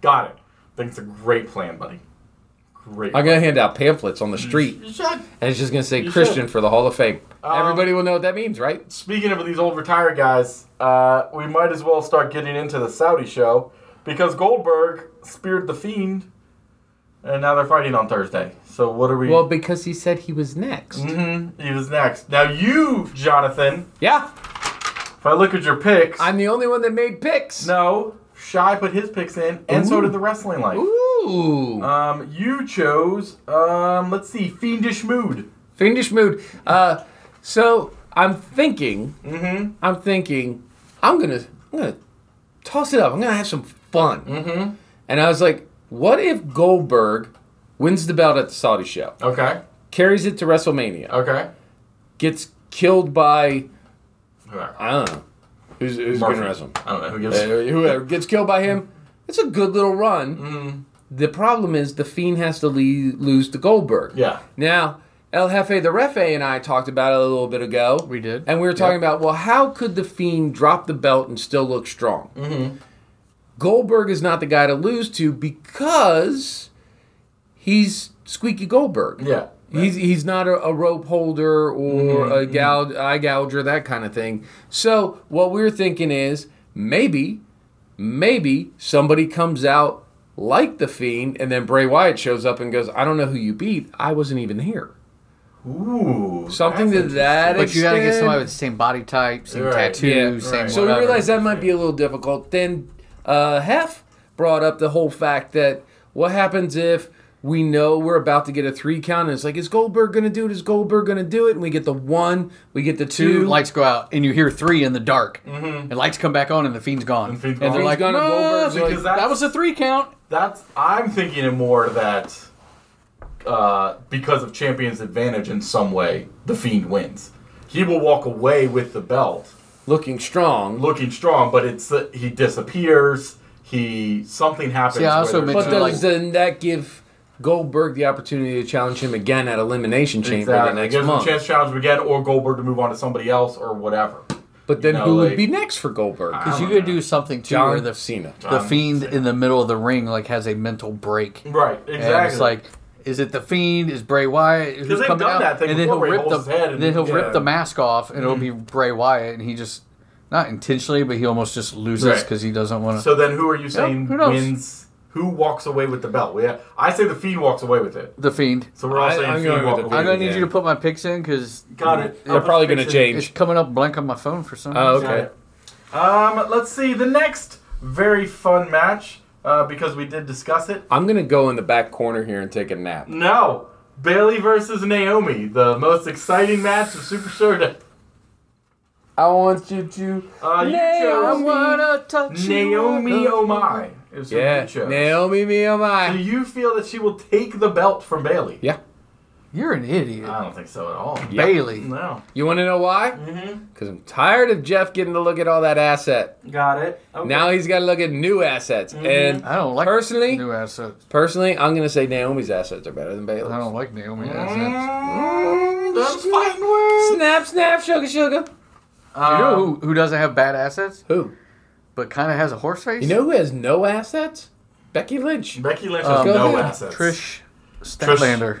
Speaker 2: Got it. think it's a great plan, buddy. Great.
Speaker 3: I'm going to hand out pamphlets on the street. Um,
Speaker 2: You should.
Speaker 3: And it's just going to say Christian for the Hall of Fame. Everybody will know what that means, right?
Speaker 2: Speaking of these old retired guys, uh, we might as well start getting into the Saudi show because Goldberg speared the Fiend, and now they're fighting on Thursday. So what are we?
Speaker 3: Well, mm-hmm. because he said he was next.
Speaker 2: he was next. Now you, Jonathan.
Speaker 3: Yeah.
Speaker 2: If I look at your picks,
Speaker 3: I'm the only one that made picks.
Speaker 2: No, Shy put his picks in, and so
Speaker 3: Ooh.
Speaker 2: did the wrestling life.
Speaker 3: Ooh.
Speaker 2: Um, you chose, um, let's see, Fiendish Mood.
Speaker 3: Fiendish mood. Uh, so I'm thinking, I'm thinking, I'm gonna, I'm gonna toss it up. I'm gonna have some fun. Mm-hmm. And I was like, what if Goldberg wins the belt at the Saudi show,
Speaker 2: Okay,
Speaker 3: carries it to WrestleMania,
Speaker 2: okay.
Speaker 3: gets killed by
Speaker 2: Whoever.
Speaker 3: I don't know who's, who's
Speaker 2: Murphy.
Speaker 3: gonna wrestle him.
Speaker 2: I don't know who gives.
Speaker 3: Uh, whoever gets killed by him. It's a good little run. The problem is the Fiend has to le- lose to Goldberg.
Speaker 2: Yeah.
Speaker 3: Now, El Jefe the Refe and I talked about it a little bit ago.
Speaker 4: We did.
Speaker 3: And we were talking about, well, how could the Fiend drop the belt and still look strong?
Speaker 4: Mm-hmm.
Speaker 3: Goldberg is not the guy to lose to because he's squeaky Goldberg.
Speaker 2: Yeah.
Speaker 3: He's, he's not a, a rope holder or
Speaker 4: Mm-hmm,
Speaker 3: a goug eye gouger, that kind of thing. So, what we're thinking is maybe, maybe somebody comes out like The Fiend, and then Bray Wyatt shows up and goes, I don't know who you beat. I wasn't even here.
Speaker 2: Ooh.
Speaker 3: Something
Speaker 2: that's
Speaker 3: to that
Speaker 4: But you gotta get somebody
Speaker 3: extent.
Speaker 4: with the same body type, same
Speaker 2: Right.
Speaker 4: tattoos,
Speaker 3: Yeah.
Speaker 4: same
Speaker 2: Right.
Speaker 3: So we
Speaker 4: whatever.
Speaker 3: realized that might be a little difficult. Then uh, Hef brought up the whole fact that what happens if we know we're about to get a three count, and it's like, is Goldberg gonna do it? Is Goldberg gonna do it? And we get the one, we get the two,
Speaker 4: two lights go out and you hear three in the dark, and lights come back on and the fiend's gone, and,
Speaker 2: Mm-hmm. Fiend's
Speaker 4: they're
Speaker 2: gone.
Speaker 4: like,
Speaker 3: Fiend's gone, and
Speaker 4: "No,
Speaker 3: Goldberg's
Speaker 2: like-
Speaker 4: that was a three count.
Speaker 2: That's, I'm thinking it more that, uh, because of champion's advantage in some way, the Fiend wins. He will walk away with the belt,
Speaker 3: looking strong.
Speaker 2: looking strong, but it's the, he disappears. He something happens.
Speaker 4: See, I also
Speaker 2: where there's
Speaker 3: But
Speaker 4: mentioned,
Speaker 2: no-
Speaker 4: like-
Speaker 3: does then that give Goldberg the opportunity to challenge him again at Elimination Chamber
Speaker 2: exactly.
Speaker 3: the next
Speaker 2: gives him a
Speaker 3: month?
Speaker 2: chance to challenge him again, or Goldberg to move on to somebody else, or whatever.
Speaker 3: But then
Speaker 2: you know,
Speaker 3: who would
Speaker 2: like-
Speaker 3: be next for Goldberg?
Speaker 2: I
Speaker 4: Because you
Speaker 2: don't
Speaker 4: could
Speaker 2: know.
Speaker 4: do something too where
Speaker 3: John
Speaker 4: the,
Speaker 3: Cena.
Speaker 4: the fiend in the middle of the ring like has a mental break.
Speaker 2: Right,
Speaker 4: And
Speaker 2: exactly.
Speaker 4: it's like, is it the fiend? Is Bray Wyatt? Who's
Speaker 2: they've
Speaker 4: coming
Speaker 2: done
Speaker 4: out?
Speaker 2: that thing
Speaker 4: and then
Speaker 2: before where
Speaker 4: he'll
Speaker 2: he
Speaker 4: rip the
Speaker 2: holds his head and-
Speaker 4: then he'll
Speaker 2: yeah. Mm-hmm.
Speaker 4: rip the mask off, and it'll be Bray Wyatt, and he just not intentionally, but he almost just loses
Speaker 2: Right.
Speaker 4: because he doesn't want to.
Speaker 2: so then, who are you saying
Speaker 4: who knows?
Speaker 2: wins? Who walks away with the belt? Yeah, I say the fiend walks away with it.
Speaker 4: the fiend.
Speaker 2: So we're all
Speaker 3: I-
Speaker 2: saying
Speaker 3: I'm
Speaker 2: fiend
Speaker 3: going with
Speaker 2: walks
Speaker 3: the
Speaker 2: away.
Speaker 3: Fiend,
Speaker 4: I'm gonna
Speaker 2: with
Speaker 4: need you to put my picks in because
Speaker 2: Got it.
Speaker 3: They're probably going to
Speaker 2: Fixing-
Speaker 3: change.
Speaker 4: it's coming up blank on my phone for some reason.
Speaker 3: Oh,
Speaker 2: Got
Speaker 3: okay.
Speaker 2: it. Um, let's see the next very fun match uh, because we did discuss it.
Speaker 3: I'm going to go in the back corner here and take a nap.
Speaker 2: No. Bailey versus Naomi, the most exciting match of Super Showdown.
Speaker 3: I want you to.
Speaker 2: Uh, you
Speaker 4: I
Speaker 2: chose
Speaker 4: wanna touch
Speaker 2: Naomi
Speaker 4: You.
Speaker 2: Omai. Is who
Speaker 3: Yeah,
Speaker 2: you chose.
Speaker 3: Naomi
Speaker 2: Do
Speaker 3: Miyamai.
Speaker 2: you feel that she will take the belt from Bailey?
Speaker 3: Yeah.
Speaker 4: You're an idiot,
Speaker 2: I don't think so at all.
Speaker 4: Bailey.
Speaker 2: No.
Speaker 3: You want to know why?
Speaker 2: Mm-hmm.
Speaker 3: Because I'm tired of Jeff getting to look at all that asset.
Speaker 2: Got it. Okay.
Speaker 3: Now he's got to look at new assets.
Speaker 2: Mm-hmm.
Speaker 3: And
Speaker 4: I don't like
Speaker 3: Personally-
Speaker 4: new assets.
Speaker 3: personally, I'm going to say Naomi's assets are better than Bailey's.
Speaker 4: I don't like Naomi assets.
Speaker 2: Mm, That's fighting words.
Speaker 3: Snap, snap, sugar, sugar.
Speaker 4: you know who, who doesn't have bad assets
Speaker 3: Who?
Speaker 4: but kind of has a horse face?
Speaker 3: You know who has no assets? Becky Lynch.
Speaker 2: Becky Lynch has
Speaker 4: Um,
Speaker 2: no
Speaker 3: Uh, go ahead.
Speaker 2: assets.
Speaker 4: Trish Statlander.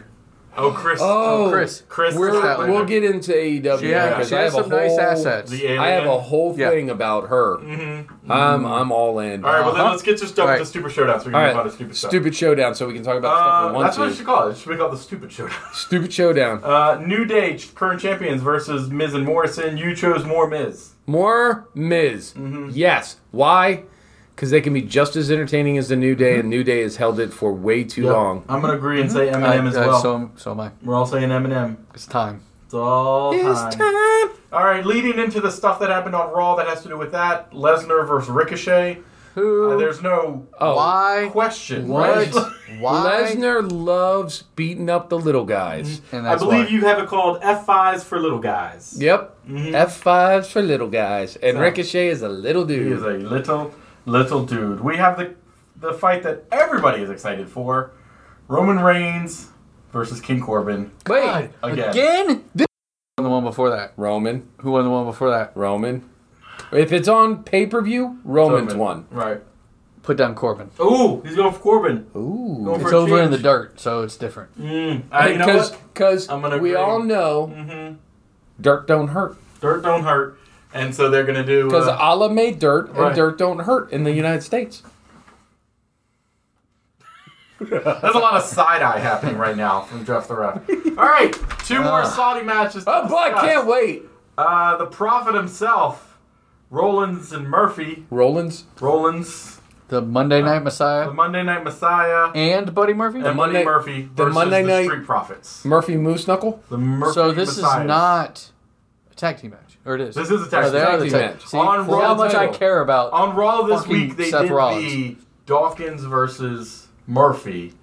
Speaker 2: Oh, Chris.
Speaker 3: Oh,
Speaker 4: Chris.
Speaker 2: Chris.
Speaker 4: We're-
Speaker 2: Statlander.
Speaker 3: We'll get into E AEW
Speaker 4: Yeah,
Speaker 3: because
Speaker 4: she
Speaker 3: I
Speaker 4: has
Speaker 3: have a
Speaker 4: some nice
Speaker 3: whole-
Speaker 4: assets.
Speaker 2: The alien.
Speaker 3: I have a whole
Speaker 4: Yeah.
Speaker 3: thing about her. I'm I'm all in.
Speaker 2: Mm-hmm. All right, well then
Speaker 4: Uh-huh.
Speaker 2: let's get your stuff
Speaker 4: All
Speaker 2: with the
Speaker 4: right.
Speaker 2: stupid showdown. So we can
Speaker 3: All
Speaker 2: move on
Speaker 3: right,
Speaker 2: to stupid stuff.
Speaker 3: stupid showdown, so we can talk about stuff
Speaker 2: Uh,
Speaker 3: we want
Speaker 2: that's
Speaker 3: to.
Speaker 2: what it should call it. It should be called the stupid showdown.
Speaker 3: Stupid showdown.
Speaker 2: Uh, New Day, current champions versus Miz and Morrison. You chose more Miz.
Speaker 3: More Miz.
Speaker 2: Mm-hmm.
Speaker 3: Yes. Why? Because they can be just as entertaining as the New Day, and New Day has held it for way too
Speaker 2: Yep.
Speaker 3: long.
Speaker 2: I'm gonna agree and
Speaker 3: Mm-hmm.
Speaker 2: say
Speaker 4: I-
Speaker 2: Eminem as
Speaker 4: I-
Speaker 2: well.
Speaker 4: so, am- so am I.
Speaker 2: We're all saying Eminem.
Speaker 4: It's time.
Speaker 2: It's all time.
Speaker 3: It's time.
Speaker 2: All right, leading into the stuff that happened on Raw that has to do with that Lesnar versus Ricochet. Uh,
Speaker 4: Who?
Speaker 2: there's no
Speaker 3: Oh,
Speaker 4: why?
Speaker 2: question.
Speaker 4: What?
Speaker 2: right?
Speaker 4: Why?
Speaker 3: Lesnar loves beating up the little guys.
Speaker 4: And
Speaker 2: I
Speaker 4: that's
Speaker 2: believe
Speaker 4: why.
Speaker 2: you have it called F5s for little guys.
Speaker 3: Yep. F5s for little guys. And
Speaker 2: Mm-hmm. So-
Speaker 3: Ricochet is a little
Speaker 2: He is
Speaker 3: dude.
Speaker 2: a little, little dude. We have the the fight that everybody is excited for: Roman Reigns versus King Corbin
Speaker 3: Wait.
Speaker 2: again.
Speaker 4: again. This- Who won the one before that.
Speaker 3: Roman.
Speaker 4: Who won the one before that?
Speaker 3: Roman. If it's on pay per view, Roman's
Speaker 2: Roman.
Speaker 3: won.
Speaker 2: Right.
Speaker 4: Put down Corbin.
Speaker 2: Ooh, he's going for Corbin.
Speaker 3: Ooh.
Speaker 2: Going for
Speaker 4: It's
Speaker 2: a
Speaker 4: over in
Speaker 2: change.
Speaker 4: the dirt, so it's different.
Speaker 2: Mm. Uh, you know
Speaker 3: Because
Speaker 2: what? I'm
Speaker 3: we
Speaker 2: gonna agree. Mm-hmm.
Speaker 3: all know dirt don't hurt.
Speaker 2: Dirt don't hurt, and so they're gonna do.
Speaker 3: Because
Speaker 2: uh,
Speaker 3: Allah made dirt and
Speaker 2: right.
Speaker 3: dirt don't hurt in the United States.
Speaker 2: There's a lot of side eye happening right now from Jeff the Ref. All right, two
Speaker 4: Ah.
Speaker 2: more Saudi matches. to
Speaker 3: Oh boy, I
Speaker 2: discuss.
Speaker 3: can't wait.
Speaker 2: Uh, the Prophet himself, Rollins and Murphy.
Speaker 3: Rollins.
Speaker 2: Rollins,
Speaker 4: The Monday Night Messiah
Speaker 2: the Monday Night Messiah,
Speaker 4: and Buddy Murphy.
Speaker 2: Um, and Monday
Speaker 3: Monday-
Speaker 2: Murphy versus the
Speaker 3: Monday Night-
Speaker 2: Street Profits.
Speaker 3: Murphy Moose Knuckle.
Speaker 2: The Murphy
Speaker 4: so this
Speaker 2: Messiahs.
Speaker 4: is not a tag team match, or it is.
Speaker 2: This is a tag
Speaker 4: Oh, they
Speaker 2: team
Speaker 4: are the
Speaker 3: match.
Speaker 4: tag
Speaker 3: Match.
Speaker 4: See,
Speaker 2: On Um,
Speaker 4: for
Speaker 2: Raw
Speaker 4: how much I
Speaker 2: title.
Speaker 4: care about.
Speaker 2: On Raw this
Speaker 4: Fucking
Speaker 2: week, they
Speaker 4: Seth
Speaker 2: did the
Speaker 4: Rollins.
Speaker 2: Dawkins versus Murphy,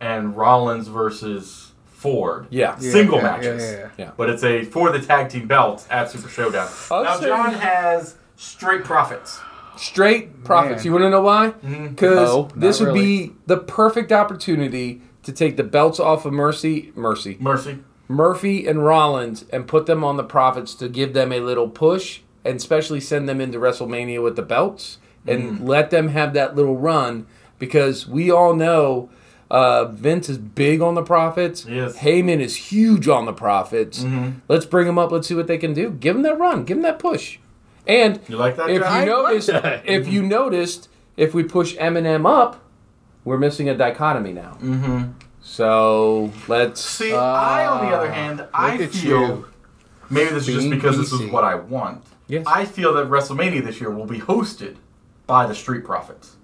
Speaker 2: and Rollins versus Ford.
Speaker 3: Yeah.
Speaker 4: Yeah,
Speaker 2: single
Speaker 4: yeah,
Speaker 2: matches.
Speaker 4: yeah, yeah,
Speaker 3: yeah.
Speaker 2: But it's a for the tag team belt at Super Showdown.
Speaker 3: I'll
Speaker 2: now
Speaker 3: say-
Speaker 2: John has straight profits.
Speaker 3: Straight profits.
Speaker 4: Man.
Speaker 3: You want to know why?
Speaker 2: Mm-hmm.
Speaker 3: Because
Speaker 4: No, not
Speaker 3: this would
Speaker 4: really.
Speaker 3: be the perfect opportunity to take the belts off of Mercy, Mercy,
Speaker 2: Mercy.
Speaker 3: Murphy and Rollins and put them on the Profits to give them a little push and especially send them into WrestleMania with the belts and
Speaker 2: Mm-hmm.
Speaker 3: let them have that little run because we all know uh, Vince is big on the Profits.
Speaker 2: Yes. Mm-hmm.
Speaker 3: Heyman is huge on the Profits. Let's bring them up. Let's see what they can do. Give them that run. Give them that push. And
Speaker 2: You like that?
Speaker 3: if
Speaker 2: John?
Speaker 3: you noticed, if you noticed, if we push Eminem up, we're missing a dichotomy now. Mm-hmm. So let's. uh,
Speaker 2: See, I on the other hand, I
Speaker 4: look at
Speaker 2: feel
Speaker 4: you.
Speaker 2: maybe this is just
Speaker 4: Being
Speaker 2: because this is
Speaker 4: PC.
Speaker 2: what I want.
Speaker 3: Yes.
Speaker 2: I feel that WrestleMania this year will be hosted by the Street Profits.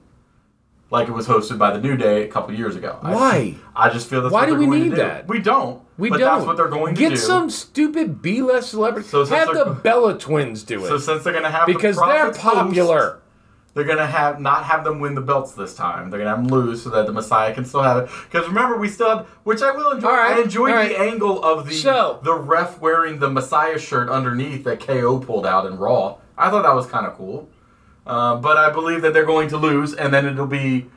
Speaker 2: Like it was hosted by the New Day a couple years ago. I-
Speaker 3: Why?
Speaker 2: I, just feel that's
Speaker 3: Why
Speaker 2: what
Speaker 3: do
Speaker 2: they're
Speaker 3: we
Speaker 2: going to
Speaker 3: need
Speaker 2: do.
Speaker 3: that?
Speaker 2: We don't.
Speaker 3: We
Speaker 2: but
Speaker 3: don't.
Speaker 2: that's what they're going
Speaker 3: Get
Speaker 2: to do.
Speaker 3: some stupid B-less celebrity.
Speaker 2: So since
Speaker 3: have
Speaker 2: they're-
Speaker 3: the Bella twins do it
Speaker 2: so since they're going to have the
Speaker 3: because they're
Speaker 2: Profits host-
Speaker 3: popular.
Speaker 2: They're gonna have not have them win the belts this time. They're gonna have them lose so that the Messiah can still have it. Because remember, we still have, which I will enjoy.
Speaker 3: All right,
Speaker 2: I enjoyed
Speaker 3: all right.
Speaker 2: the angle of the
Speaker 3: So-
Speaker 2: the ref wearing the Messiah shirt underneath that KO pulled out in Raw. I thought that was kind of cool. Uh, but I believe that they're going to lose, and then it'll be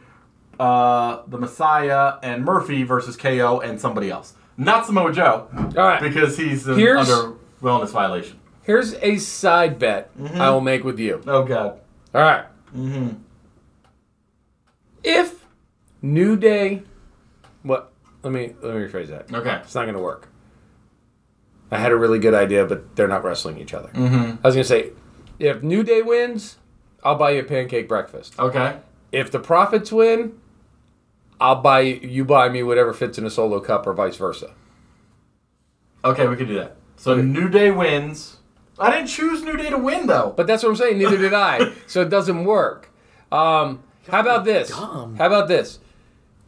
Speaker 2: uh, the Messiah and Murphy versus KO and somebody else. Not Samoa Joe,
Speaker 3: All right.
Speaker 2: because he's in-
Speaker 3: Here's-
Speaker 2: under wellness violation.
Speaker 3: Here's a side bet
Speaker 2: Mm-hmm.
Speaker 3: I will make with you.
Speaker 2: Oh, God.
Speaker 3: All right.
Speaker 2: Mm-hmm.
Speaker 3: If New Day, what? Let me let me rephrase that.
Speaker 2: Okay.
Speaker 3: It's not going to work. I had a really good idea, but they're not wrestling each other. I was going to say, if New Day wins, I'll buy you a pancake breakfast.
Speaker 2: Okay.
Speaker 3: If the Profits win, I'll buy you buy me whatever fits in a solo cup, or vice versa.
Speaker 2: Okay, we could do that. So New Day wins. I didn't choose New Day to win, though.
Speaker 3: But that's what I'm saying. Neither did I. so it doesn't work. Um, how about this? How about this?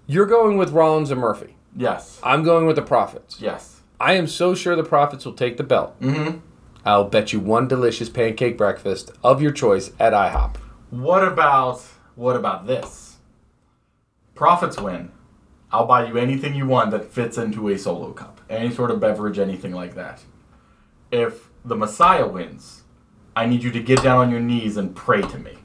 Speaker 3: You're going with Rollins and Murphy.
Speaker 2: yes.
Speaker 3: I'm going with the Profits.
Speaker 2: Yes.
Speaker 3: I am so sure the Profits will take the belt. Mm-hmm. I'll bet you one delicious pancake breakfast of your choice at IHOP.
Speaker 2: What about what about this? Profits win. I'll buy you anything you want that fits into a solo cup. Any sort of beverage, anything like that. If the Messiah wins, I need you to get down on your knees and pray to me.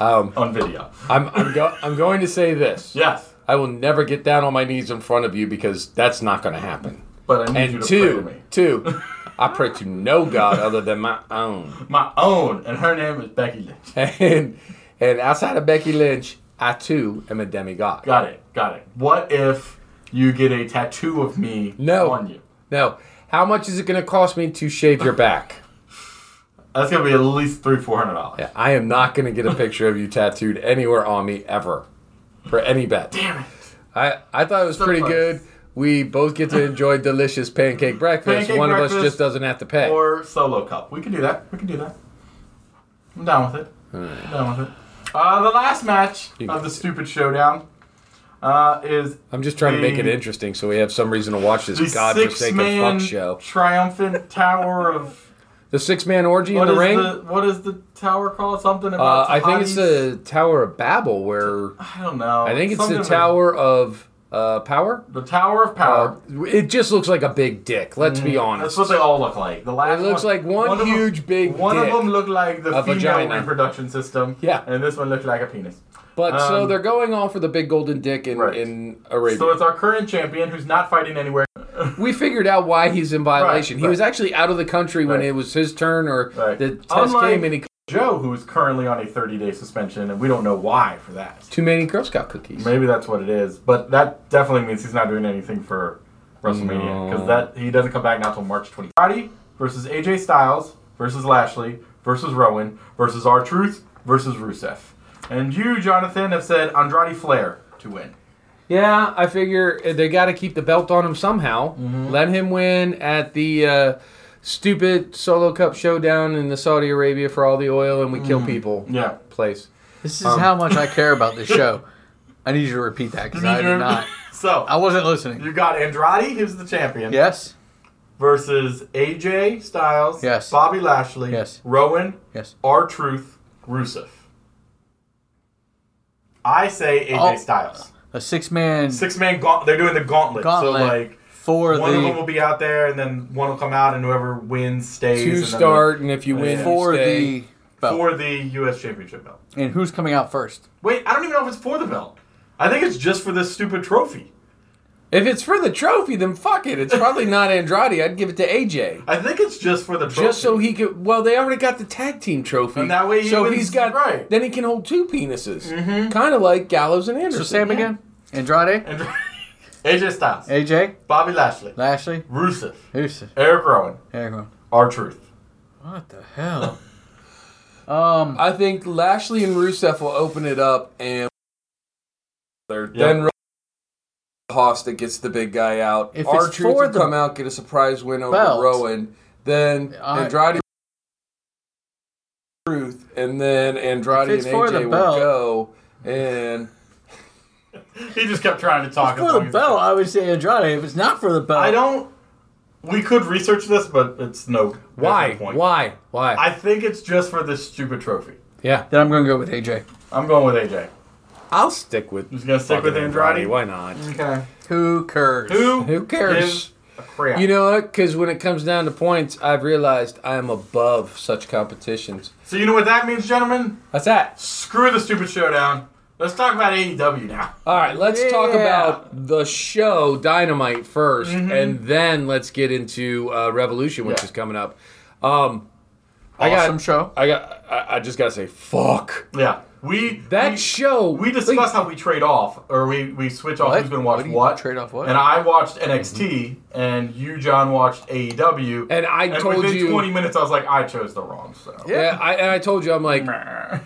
Speaker 2: Um, on video.
Speaker 3: I'm I'm, go- I'm going to say this.
Speaker 2: Yes.
Speaker 3: I will never get down on my knees in front of you because that's not going to happen.
Speaker 2: But I need you
Speaker 3: And
Speaker 2: to pray to
Speaker 3: two,
Speaker 2: me.
Speaker 3: two, I pray to no god other than my own.
Speaker 2: My own, and her name is Becky Lynch.
Speaker 3: and and outside of Becky Lynch, I too am a demigod.
Speaker 2: Got it. Got it. What if you get a tattoo of me
Speaker 3: No.
Speaker 2: on you?
Speaker 3: No, how much is it going to cost me to shave your back?
Speaker 2: That's gonna be at least three, four hundred dollars.
Speaker 3: Yeah, I am not going to get a picture of you tattooed anywhere on me ever for any bet.
Speaker 2: Damn it.
Speaker 3: I I thought it was pretty
Speaker 2: close.
Speaker 3: good. We both get to enjoy delicious pancake breakfast.
Speaker 2: Pancake
Speaker 3: One of us
Speaker 2: breakfast
Speaker 3: just doesn't have to pay.
Speaker 2: or solo cup. We can do that. We can do that. I'm down with it. I'm down with it. Uh, the last match of the stupid showdown uh, is
Speaker 3: I'm just trying to make it
Speaker 2: the-
Speaker 3: interesting so we have some reason to watch
Speaker 2: the
Speaker 3: this godforsaken
Speaker 2: six-man
Speaker 3: fuck show.
Speaker 2: triumphant tower of
Speaker 3: The six man orgy in
Speaker 2: what is
Speaker 3: the ring.
Speaker 2: the what is the tower called? Something
Speaker 3: uh,
Speaker 2: about
Speaker 3: I think it's
Speaker 2: Tahadi's-
Speaker 3: the Tower of Babel where
Speaker 2: I don't know.
Speaker 3: I think it's
Speaker 2: Something
Speaker 3: the
Speaker 2: with-
Speaker 3: Tower uh, of uh, Power.
Speaker 2: The tower of power.
Speaker 3: It just looks like a big dick. Let's be
Speaker 2: Mm-hmm.
Speaker 3: honest.
Speaker 2: That's what they all look like. The last
Speaker 3: It looks
Speaker 2: one,
Speaker 3: like one
Speaker 2: of them-
Speaker 3: huge big
Speaker 2: One
Speaker 3: dick.
Speaker 2: of them looked like the
Speaker 3: A
Speaker 2: female
Speaker 3: vagina.
Speaker 2: reproduction system.
Speaker 3: Yeah.
Speaker 2: and this one looked like a penis.
Speaker 3: But so
Speaker 2: um,
Speaker 3: they're going on for the big golden dick in,
Speaker 2: Right.
Speaker 3: in Arabia.
Speaker 2: So it's our current champion who's not fighting anywhere.
Speaker 3: we figured out why he's in violation.
Speaker 2: Right,
Speaker 3: he was
Speaker 2: right.
Speaker 3: actually out of the country when
Speaker 2: Right.
Speaker 3: it was his turn or
Speaker 2: Right.
Speaker 3: the test
Speaker 2: Unlike-
Speaker 3: came and he
Speaker 2: Joe, who's currently on a 30 day suspension, and we don't know why for that.
Speaker 3: too many Girl Scout cookies.
Speaker 2: Maybe that's what it is, but that definitely means he's not doing anything for WrestleMania because that he doesn't come back now till March 20th. Roddy versus AJ Styles versus Lashley versus Rowan versus R Truth versus Rusev, and you, Jonathan, have said Andrade Flair to win.
Speaker 3: Yeah, I figure uh, they got to keep the belt on him somehow. Let him win at the uh, stupid Solo Cup showdown in the Saudi Arabia for all the oil and we kill people
Speaker 2: Yeah,
Speaker 3: place.
Speaker 4: This is how much I care about this show. I need you to repeat that because I did not.
Speaker 2: So
Speaker 4: I wasn't listening.
Speaker 2: you got Andrade, who's the champion,
Speaker 4: Yes.
Speaker 2: versus AJ Styles,
Speaker 4: Yes.
Speaker 2: Bobby Lashley,
Speaker 4: Yes.
Speaker 2: Rowan,
Speaker 4: Yes.
Speaker 2: R Truth, Rusev. I say AJ
Speaker 4: Oh.
Speaker 2: Styles.
Speaker 4: A six man
Speaker 2: Six man gaunt. They're doing the gauntlet.
Speaker 4: gauntlet
Speaker 2: So like
Speaker 4: for
Speaker 2: one of them will
Speaker 4: the
Speaker 2: be out there, and then one will come out, and whoever wins stays. and
Speaker 3: Two
Speaker 2: then
Speaker 3: start, and if you win, you
Speaker 4: for
Speaker 3: stay.
Speaker 4: the
Speaker 2: the-
Speaker 4: belt.
Speaker 2: for the U.S. Championship belt.
Speaker 4: and who's coming out first?
Speaker 2: Wait, I don't even know if it's for the belt. I think it's just for this stupid trophy.
Speaker 3: If it's for the trophy, then fuck it. It's probably not Andrade. I'd give it to AJ.
Speaker 2: I think it's just for the trophy.
Speaker 3: Just so he could. Well, they already got the tag team trophy,
Speaker 2: And that way he
Speaker 3: so
Speaker 2: wins-
Speaker 3: he's got.
Speaker 2: right. Mm-hmm.
Speaker 3: Then he can hold two penises, kind of like Gallows and Anderson.
Speaker 4: So Sam again? Andrade?
Speaker 2: Andra- AJ Styles,
Speaker 4: AJ?
Speaker 2: Bobby Lashley,
Speaker 4: Lashley?
Speaker 2: Rusev,
Speaker 4: Who's
Speaker 2: Eric Rowan,
Speaker 4: everyone?
Speaker 2: R Truth.
Speaker 4: What the hell? um
Speaker 3: I think Lashley and Rusev will open it up, and then Haas that gets the big guy out.
Speaker 4: If it's
Speaker 3: R Truth
Speaker 4: for
Speaker 3: will
Speaker 4: the
Speaker 3: come out, get a surprise win over
Speaker 4: belt-
Speaker 3: Rowan. Then
Speaker 4: I-
Speaker 3: Andrade. Truth, and then Andrade and
Speaker 4: If it's for the
Speaker 3: AJ will
Speaker 4: belt-
Speaker 3: go, and
Speaker 2: He just kept trying to talk. as
Speaker 4: for
Speaker 2: long
Speaker 4: the
Speaker 2: as-
Speaker 4: belt, I would say Andrade. If it's not for the belt,
Speaker 2: I don't. We could research this, but it's no.
Speaker 3: Why?
Speaker 2: there's no point.
Speaker 3: Why? Why?
Speaker 2: I think it's just for this stupid trophy.
Speaker 3: yeah.
Speaker 4: then I'm gonna go with AJ.
Speaker 2: I'm going with AJ.
Speaker 3: I'll stick with
Speaker 2: Who's gonna stick with Andrade?
Speaker 3: Why not?
Speaker 2: Okay.
Speaker 4: Who cares?
Speaker 2: Who
Speaker 3: Who cares?
Speaker 2: gives a crap.
Speaker 3: You know what? Because when it comes down to points, I've realized I am above such competitions.
Speaker 2: so you know what that means, gentlemen?
Speaker 3: That's that.
Speaker 2: Screw the stupid showdown. Let's talk about AEW now.
Speaker 3: All right, let's talk
Speaker 4: Yeah.
Speaker 3: about the show Dynamite 1st
Speaker 2: Mm-hmm.
Speaker 3: and then let's get into uh, Revolution, which
Speaker 2: Yeah.
Speaker 3: is coming up. Um, I got
Speaker 4: Awesome show.
Speaker 3: I got. I, I just gotta say, fuck
Speaker 2: Yeah, we
Speaker 3: that
Speaker 2: we,
Speaker 3: show.
Speaker 2: We
Speaker 3: like,
Speaker 2: discuss how we trade off, or we, we switch off
Speaker 4: What?
Speaker 2: who's going to
Speaker 4: What
Speaker 2: watch
Speaker 4: do
Speaker 2: what,
Speaker 4: you- trade off what?
Speaker 2: And I watched NXT, and you, John, watched E AEW.
Speaker 3: And I told
Speaker 2: within
Speaker 3: you-
Speaker 2: 20 minutes, I was like, I chose the wrong. So
Speaker 3: Yeah, I, and I told you, I'm like,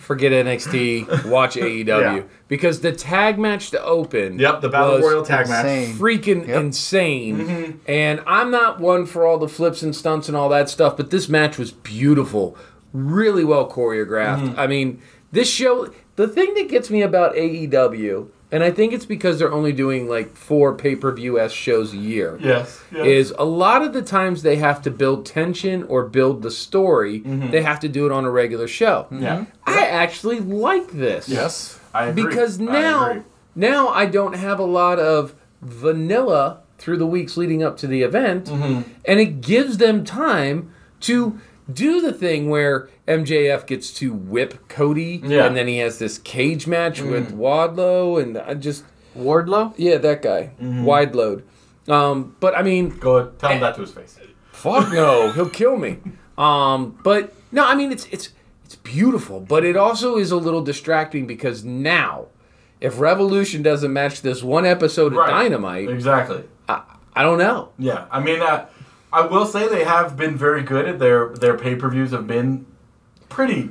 Speaker 3: forget NXT, watch AEW
Speaker 2: Yeah.
Speaker 3: because the tag match to open.
Speaker 2: Yep, the Battle
Speaker 3: was
Speaker 2: Royal Mm-hmm. Tag Match.
Speaker 4: Insane.
Speaker 3: Freaking
Speaker 4: Yep.
Speaker 3: insane, and I'm not one for all the flips and stunts and all that stuff, but this match was beautiful, really well choreographed.
Speaker 2: Mm-hmm.
Speaker 3: I mean, this show. The thing that gets me about AEW, and I think it's because they're only doing like four pay per view s shows a year
Speaker 2: Yes. yes.
Speaker 3: is a lot of the times they have to build tension or build the story. They have to do it on a regular show.
Speaker 2: Mm-hmm. yeah.
Speaker 3: I actually like this.
Speaker 2: Yes. I agree.
Speaker 3: Because
Speaker 2: I
Speaker 3: now
Speaker 2: agree.
Speaker 3: now I don't have a lot of vanilla through the weeks leading up to the event
Speaker 2: Mm-hmm.
Speaker 3: and it gives them time to do the thing where MJF gets to whip Cody
Speaker 2: Yeah. Mm.
Speaker 3: and then he has this cage match with Wadlow and I just
Speaker 4: Wardlow.
Speaker 3: yeah that guy
Speaker 2: Mm-hmm.
Speaker 3: wide load um, but I mean
Speaker 2: Go ahead, tell him that to his face.
Speaker 3: Fuck no, he'll kill me. Um, but no, I mean it's it's it's beautiful, but it also is a little distracting because now, if Revolution doesn't match this one episode of
Speaker 2: Right.
Speaker 3: Dynamite,
Speaker 2: Exactly.
Speaker 3: I don't know.
Speaker 2: Yeah. I mean, uh, I will say they have been very good at their their pay per views have been pretty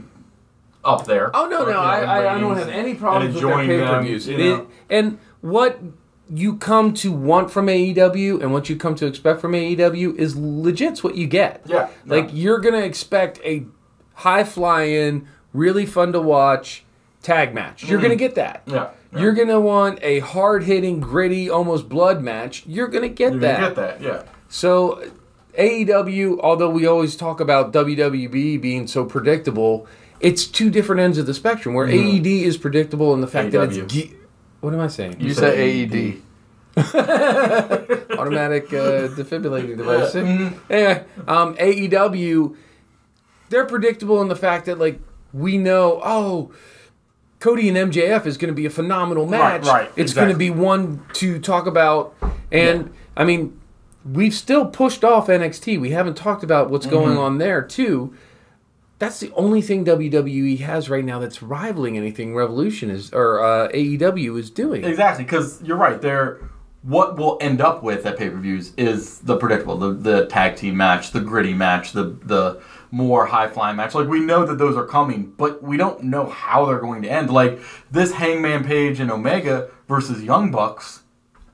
Speaker 2: up there.
Speaker 3: Oh no,
Speaker 2: Or, you
Speaker 3: no,
Speaker 2: know,
Speaker 3: I, I, I don't
Speaker 2: ratings
Speaker 3: have any
Speaker 2: and
Speaker 3: problems with their
Speaker 2: enjoying
Speaker 3: pay
Speaker 2: them,
Speaker 3: per views.
Speaker 2: you know.
Speaker 3: And what you come to want from AEW and what you come to expect from AEW is legit's what you get.
Speaker 2: Yeah,
Speaker 3: like
Speaker 2: yeah.
Speaker 3: you're gonna expect a high fly in, really fun to watch tag match. You're gonna get that.
Speaker 2: Mm-hmm. Yeah, yeah.
Speaker 3: You're gonna want a hard hitting, gritty, almost blood match. You're gonna get
Speaker 2: You
Speaker 3: that.
Speaker 2: get that, yeah.
Speaker 3: So AEW, although we always talk about WWE being so predictable, it's two different ends of the spectrum. Where AED is predictable in the fact that
Speaker 2: AEW.
Speaker 3: it's ge- what am I saying?
Speaker 4: You
Speaker 2: said E
Speaker 4: said AED.
Speaker 3: Automatic uh, defibrillating device.
Speaker 2: Mm-hmm.
Speaker 3: Anyway, um, AEW, they're predictable in the fact that like we know, oh. Cody and MJF is going to be a phenomenal match.
Speaker 2: right,
Speaker 3: It's
Speaker 2: exactly.
Speaker 3: going to be one to talk about. And I mean, we've still pushed off NXT. We haven't talked about what's
Speaker 2: Mm-hmm.
Speaker 3: going on there too. That's the only thing WWE has right now that's rivaling anything Revolution is or uh, AEW is doing.
Speaker 2: Exactly, because you're right. They're what we'll end up with at pay per views is the predictable, the, the tag team match, the gritty match, the the more high flying match. Like we know that those are coming, but we don't know how they're going to end. Like this Hangman Page and Omega versus Young Bucks.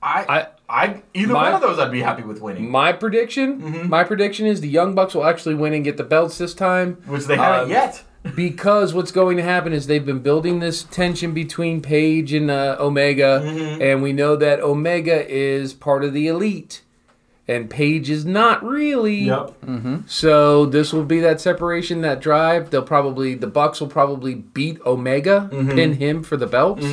Speaker 2: I I, either
Speaker 3: my-
Speaker 2: one of those I'd be happy with winning,
Speaker 3: My prediction, my prediction is the Young Bucks will actually win and get the belts this time.
Speaker 2: which they haven't
Speaker 3: um,
Speaker 2: yet.
Speaker 3: because what's going to happen is they've been building this tension between Paige and uh, Omega, and we know that Omega is part of the elite, and Paige is not really. So this will be that separation, that drive. They'll probably the Bucks will probably beat Omega, pin him for the belts,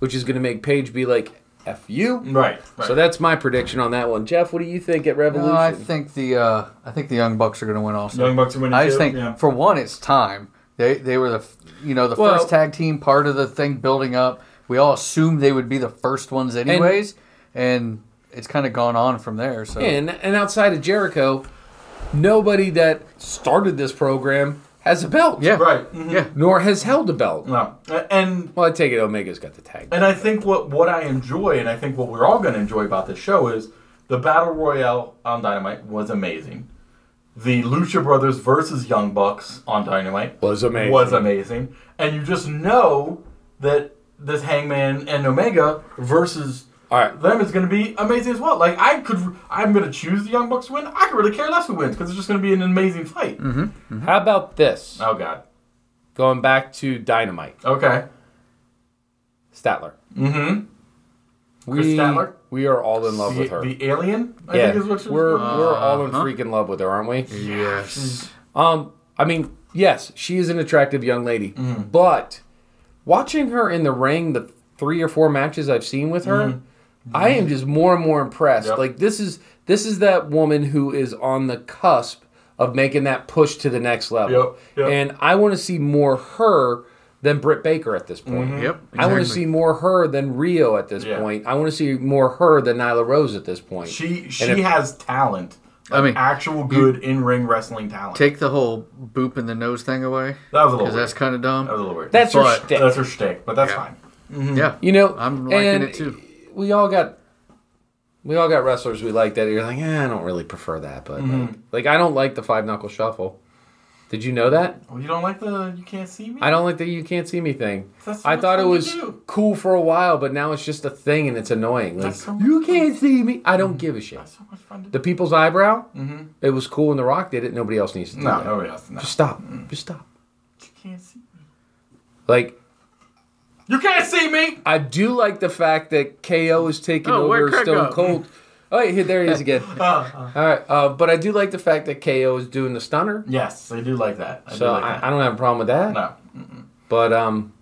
Speaker 3: which is going to make Paige be like, "F you."
Speaker 2: Right. right.
Speaker 3: So that's my prediction on that one. Jeff, what do you think at Revolution?
Speaker 4: No, I think the uh, I think the Young Bucks are going to win also.
Speaker 2: Young Bucks are winning
Speaker 4: I just
Speaker 2: too,
Speaker 4: think
Speaker 2: yeah.
Speaker 4: for one, it's time. They they were the f- you know the
Speaker 3: Well-
Speaker 4: first tag team part of the thing building up. We all assumed they would be the first ones anyways, and, it's kind of gone on from there. So
Speaker 3: and and outside of Jericho, nobody that started this program has a belt.
Speaker 4: yeah,
Speaker 2: right. mhm.
Speaker 4: yeah.
Speaker 3: nor has held a belt.
Speaker 2: No. A- And
Speaker 3: Well, I take it Omega's got the tag.
Speaker 2: And I think what what I enjoy, and I think what we're all going to enjoy about this show is the battle royale on Dynamite was amazing. The Lucha Brothers versus Young Bucks on Dynamite
Speaker 3: Was amazing.
Speaker 2: was amazing, and you just know that this Hangman and Omega versus
Speaker 3: All right.
Speaker 2: them is going to be amazing as well. Like I could, I'm going to choose the Young Bucks to win. I could really care less who wins because it's just going to be an amazing fight.
Speaker 3: Mm-hmm. How about this?
Speaker 2: Oh God.
Speaker 3: Going back to Dynamite,
Speaker 2: Okay.
Speaker 3: Statler. Mm-hmm.
Speaker 2: Chris
Speaker 3: we,
Speaker 2: Statler?
Speaker 3: We are all in love
Speaker 2: The,
Speaker 3: with her.
Speaker 2: the alien, I
Speaker 3: yeah,
Speaker 2: think is what she was
Speaker 3: we're
Speaker 2: called. Uh-huh.
Speaker 3: we're all in freaking love with her, aren't we?
Speaker 4: Yes.
Speaker 3: Um, I mean, yes, she is an attractive young lady,
Speaker 2: Mm-hmm.
Speaker 3: but watching her in the ring, the three or four matches I've seen with her, I am just more and more impressed.
Speaker 2: Mm-hmm. Yep.
Speaker 3: Like this is This is that woman who is on the cusp of making that push to the next level.
Speaker 2: Yep, yep.
Speaker 3: And I want to see more her than Britt Baker at this point.
Speaker 4: Yep.
Speaker 3: Mm-hmm. I want to
Speaker 4: exactly.
Speaker 3: see more her than Rio at this
Speaker 2: Mm-hmm. Yeah.
Speaker 3: point. I want to see more her than Nyla Rose at this point.
Speaker 2: She she
Speaker 3: if-
Speaker 2: has talent. Like
Speaker 4: mean,
Speaker 2: actual good in ring wrestling talent.
Speaker 4: Take the whole boop in the nose thing away.
Speaker 2: that was a little
Speaker 4: Because
Speaker 2: weird. That's,
Speaker 4: that's kind of dumb.
Speaker 2: that was a little weird.
Speaker 3: That's her
Speaker 4: but-
Speaker 3: shtick.
Speaker 2: that's her shtick, but that's
Speaker 4: Yeah.
Speaker 2: fine.
Speaker 4: yeah.
Speaker 3: You know,
Speaker 4: I'm liking
Speaker 3: and
Speaker 4: it too.
Speaker 3: We all got, we all got wrestlers we like that. You're like, eh, I don't really prefer that, but
Speaker 2: Mm-hmm.
Speaker 3: like, like, I don't like the five knuckle shuffle. Did you know that?
Speaker 2: Well, you don't like the you can't see me.
Speaker 3: I don't like the you can't see me thing.
Speaker 2: That's so
Speaker 3: I
Speaker 2: much
Speaker 3: thought it
Speaker 2: fun to
Speaker 3: was
Speaker 2: do.
Speaker 3: cool for a while, but now it's just a thing and it's annoying. Like,
Speaker 2: That's Mm-hmm. so much
Speaker 3: you can't see me. I don't give a shit.
Speaker 2: That's so much fun to
Speaker 3: The
Speaker 2: do.
Speaker 3: people's eyebrow. Mm-hmm. It was cool when The Rock did it. Nobody else needs to do
Speaker 2: No, Mm.
Speaker 3: that.
Speaker 2: nobody else. No.
Speaker 3: Just stop. Just stop.
Speaker 2: you can't see me.
Speaker 3: Like
Speaker 2: You can't see me.
Speaker 3: I do like the fact that KO is taking
Speaker 4: Oh, where'd
Speaker 3: over
Speaker 4: Craig
Speaker 3: Stone
Speaker 4: go?
Speaker 3: Cold. Oh, yeah, there he is again.
Speaker 2: Uh,
Speaker 3: All right, uh, but I do like the fact that KO is doing the stunner,
Speaker 2: yes, I do like that. I do
Speaker 3: so
Speaker 2: like
Speaker 3: I,
Speaker 2: that.
Speaker 3: I don't have a problem with that.
Speaker 2: no.
Speaker 3: But um,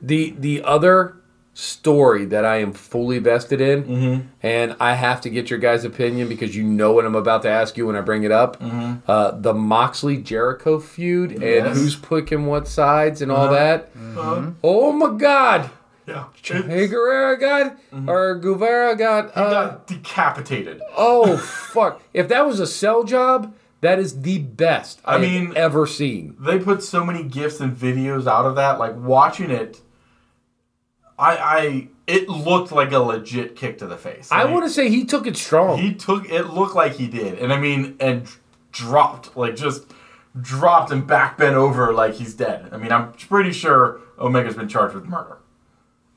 Speaker 3: the the other story that I am fully vested in,
Speaker 2: Mm-hmm.
Speaker 3: and I have to get your guys' opinion because you know what I'm about to ask you when I bring it up. Uh, the Moxley Jericho feud and
Speaker 2: Mm-hmm. Yes. Uh-huh. Mm-hmm.
Speaker 3: who's picking what sides and all that. Oh my God!
Speaker 2: Yeah.
Speaker 3: Hey, Guerrero got or Guevara got.
Speaker 2: Mm-hmm. He
Speaker 3: Uh,
Speaker 2: got decapitated.
Speaker 3: oh fuck! If that was a sell job, that is the best I,
Speaker 2: I
Speaker 3: have
Speaker 2: mean-
Speaker 3: ever seen.
Speaker 2: They put so many gifs and videos out of that. Like watching it, I I it looked like a legit kick to the face.
Speaker 3: I
Speaker 2: Like,
Speaker 3: want to say he took it strong.
Speaker 2: He took it looked like he did, and I mean, and dr- dropped like just dropped and back bent over like he's dead. I mean, I'm pretty sure Omega's been charged with murder.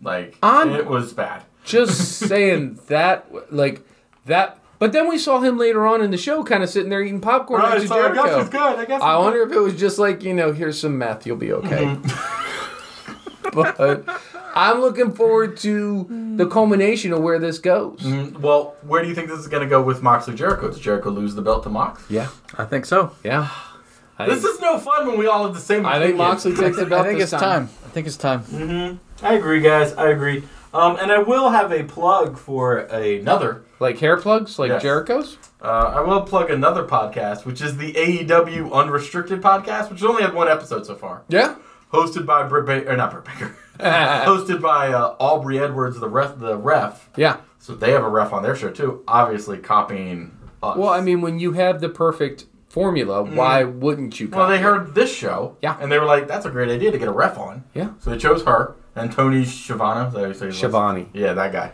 Speaker 2: Like
Speaker 3: I'm-
Speaker 2: it was bad.
Speaker 3: just saying that like that but then we saw him later on in the show kind of sitting there eating popcorn next to
Speaker 2: I guess
Speaker 3: Jericho.
Speaker 2: it's good. I guess.
Speaker 3: I wonder if it was just like, you know, here's some meth, you'll be okay.
Speaker 2: Mm-hmm.
Speaker 3: but I'm looking forward to the culmination of where this goes.
Speaker 2: Mm. Well, where do you think this is gonna go with Moxley Jericho? Does Jericho lose the belt to Mox?
Speaker 3: Yeah.
Speaker 4: I think so.
Speaker 3: Yeah. I
Speaker 2: This
Speaker 3: think,
Speaker 2: is no fun when we all have the same.
Speaker 3: I think
Speaker 2: opinion.
Speaker 3: Moxley takes the
Speaker 4: I
Speaker 3: belt
Speaker 4: think
Speaker 3: this
Speaker 4: it's time. I think it's time.
Speaker 6: I agree, guys. I agree. Um, and I will have a plug for another.
Speaker 3: Like hair plugs, like
Speaker 2: Yes.
Speaker 3: Jericho's?
Speaker 2: Uh, I will plug another podcast, which is the AEW Unrestricted podcast, which only had one episode so far.
Speaker 3: Yeah.
Speaker 2: hosted by Britt Baker, or not Britt Baker, hosted by uh, Aubrey Edwards, the ref, the ref.
Speaker 3: Yeah.
Speaker 2: So they have a ref on their show too, obviously copying us.
Speaker 3: Well, I mean, when you have the perfect formula, why wouldn't you
Speaker 2: Mm. well,
Speaker 3: copy
Speaker 2: they
Speaker 3: it?
Speaker 2: heard this show,
Speaker 3: uh, Yeah.
Speaker 2: and they were like, "That's a great idea to get a ref on."
Speaker 3: Yeah.
Speaker 2: So they chose her and Tony Schiavone. is that how you say his last-
Speaker 3: Schiavone.
Speaker 2: Yeah, that guy.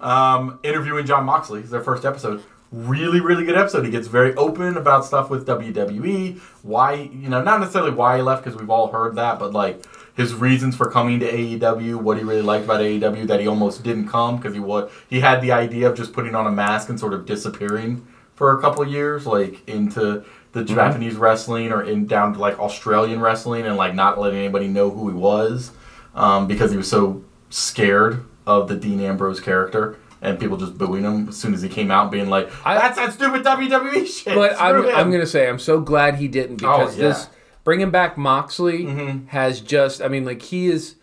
Speaker 2: Um, interviewing John Moxley, it's their first episode. Really, really good episode. He gets very open about stuff with WWE. Why, you know, not necessarily why he left because we've all heard that, but like his reasons for coming to AEW, what he really liked about AEW, that he almost didn't come because he was he had the idea of just putting on a mask and sort of disappearing for a couple of years, like into the Japanese wrestling or in down to like Australian wrestling and like not letting anybody know who he was um, because he was so scared of the Dean Ambrose character and people just booing him as soon as he came out, being like,
Speaker 3: I-
Speaker 2: "That's that stupid WWE shit."
Speaker 3: But I'm,
Speaker 2: Screw him." Oh,
Speaker 3: I'm going to say I'm so glad he didn't because
Speaker 2: yeah. Mm-hmm.
Speaker 3: this bringing back Moxley has just I mean like he is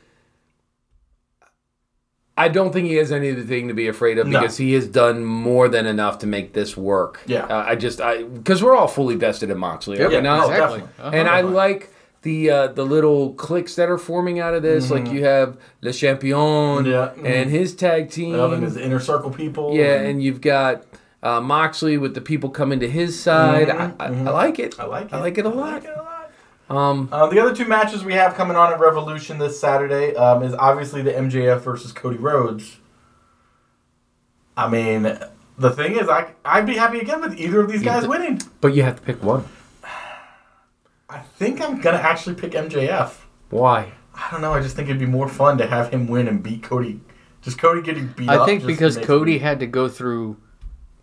Speaker 3: I don't think he has anything to be afraid of
Speaker 2: No.
Speaker 3: because he has done more than enough to make this work.
Speaker 2: Yeah.
Speaker 3: Uh, I just I because we're all fully vested in Moxley, are we
Speaker 2: Yeah,
Speaker 3: not?
Speaker 2: no,
Speaker 4: Exactly.
Speaker 2: definitely.
Speaker 4: Uh-huh.
Speaker 3: And I like the uh, the little cliques that are forming out of this. Like you have Le Champion
Speaker 2: Mm-hmm. Yeah.
Speaker 3: and his tag team.
Speaker 2: Well, then there's the inner circle people.
Speaker 3: Yeah,
Speaker 2: and-
Speaker 3: and you've got uh, Moxley with the people coming to his side. I, I, Mm-hmm. I like it.
Speaker 2: I like it.
Speaker 3: I like it a lot. Um,
Speaker 2: Uh, the other two matches we have coming on at Revolution this Saturday um, is obviously the MJF versus Cody Rhodes. I mean, the thing is, I I'd be happy again with either of these guys
Speaker 3: th-
Speaker 2: winning.
Speaker 3: but you have to pick one.
Speaker 2: I think I'm gonna actually pick MJF.
Speaker 3: Why?
Speaker 2: I don't know. I just think it'd be more fun to have him win and beat Cody. Just Cody getting beat up.
Speaker 4: I think
Speaker 2: just
Speaker 4: because
Speaker 2: makes
Speaker 4: Cody
Speaker 2: me-
Speaker 4: had to go through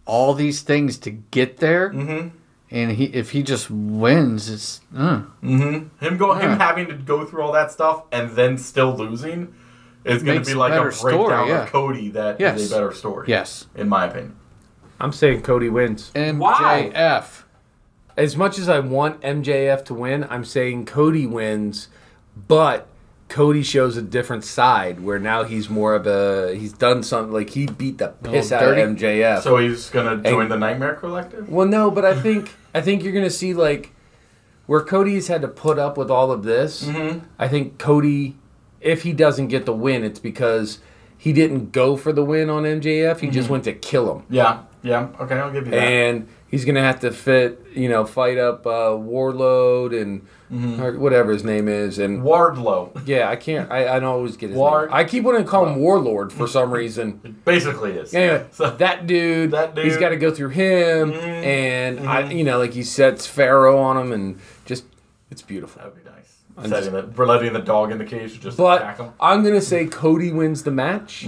Speaker 4: all these things to get there,
Speaker 3: Mm-hmm.
Speaker 4: and he if he just wins, it's uh,
Speaker 2: Mm-hmm. him go
Speaker 4: Yeah.
Speaker 2: him having to go through all that stuff and then still losing is going to
Speaker 4: Makes
Speaker 2: be
Speaker 4: a
Speaker 2: like a
Speaker 4: better
Speaker 2: breakdown
Speaker 4: story, yeah.
Speaker 2: of Cody that is
Speaker 4: Yes.
Speaker 2: a better story.
Speaker 4: yes.
Speaker 2: in my opinion.
Speaker 3: I'm saying Cody wins.
Speaker 4: MJF.
Speaker 6: Why?
Speaker 3: As much as I want MJF to win, I'm saying Cody wins, but Cody shows a different side where now he's more of a he's done something like he beat the piss out
Speaker 4: dirty.
Speaker 3: of MJF.
Speaker 2: So he's gonna join the Nightmare Collective.
Speaker 3: Well, no, but I think I think you're gonna see like where Cody's had to put up with all of this.
Speaker 2: Mm-hmm.
Speaker 3: I think Cody, if he doesn't get the win, it's because he didn't go for the win on MJF. He just went to kill him,
Speaker 2: Yeah, Mm-hmm. yeah. Okay, I'll give you that.
Speaker 3: and he's gonna have to fit you know fight up uh, Warlord and
Speaker 2: Mm-hmm.
Speaker 3: or whatever his name is, and
Speaker 2: Wardlow
Speaker 3: yeah, I can't. I, I don't always get his
Speaker 2: War-
Speaker 3: name. I keep wanting to call him Warlord for some reason.
Speaker 2: basically is.
Speaker 3: Anyway,
Speaker 2: So-
Speaker 3: that dude,
Speaker 2: That
Speaker 3: he's
Speaker 2: dude. Mm-hmm.
Speaker 3: got to go through him, and I, you know, like he sets Pharaoh on him, and just it's beautiful.
Speaker 2: That'd be nice. Setting the, for letting the dog in the cage to just attack him. Mm-hmm.
Speaker 3: But I'm gonna say Cody wins the match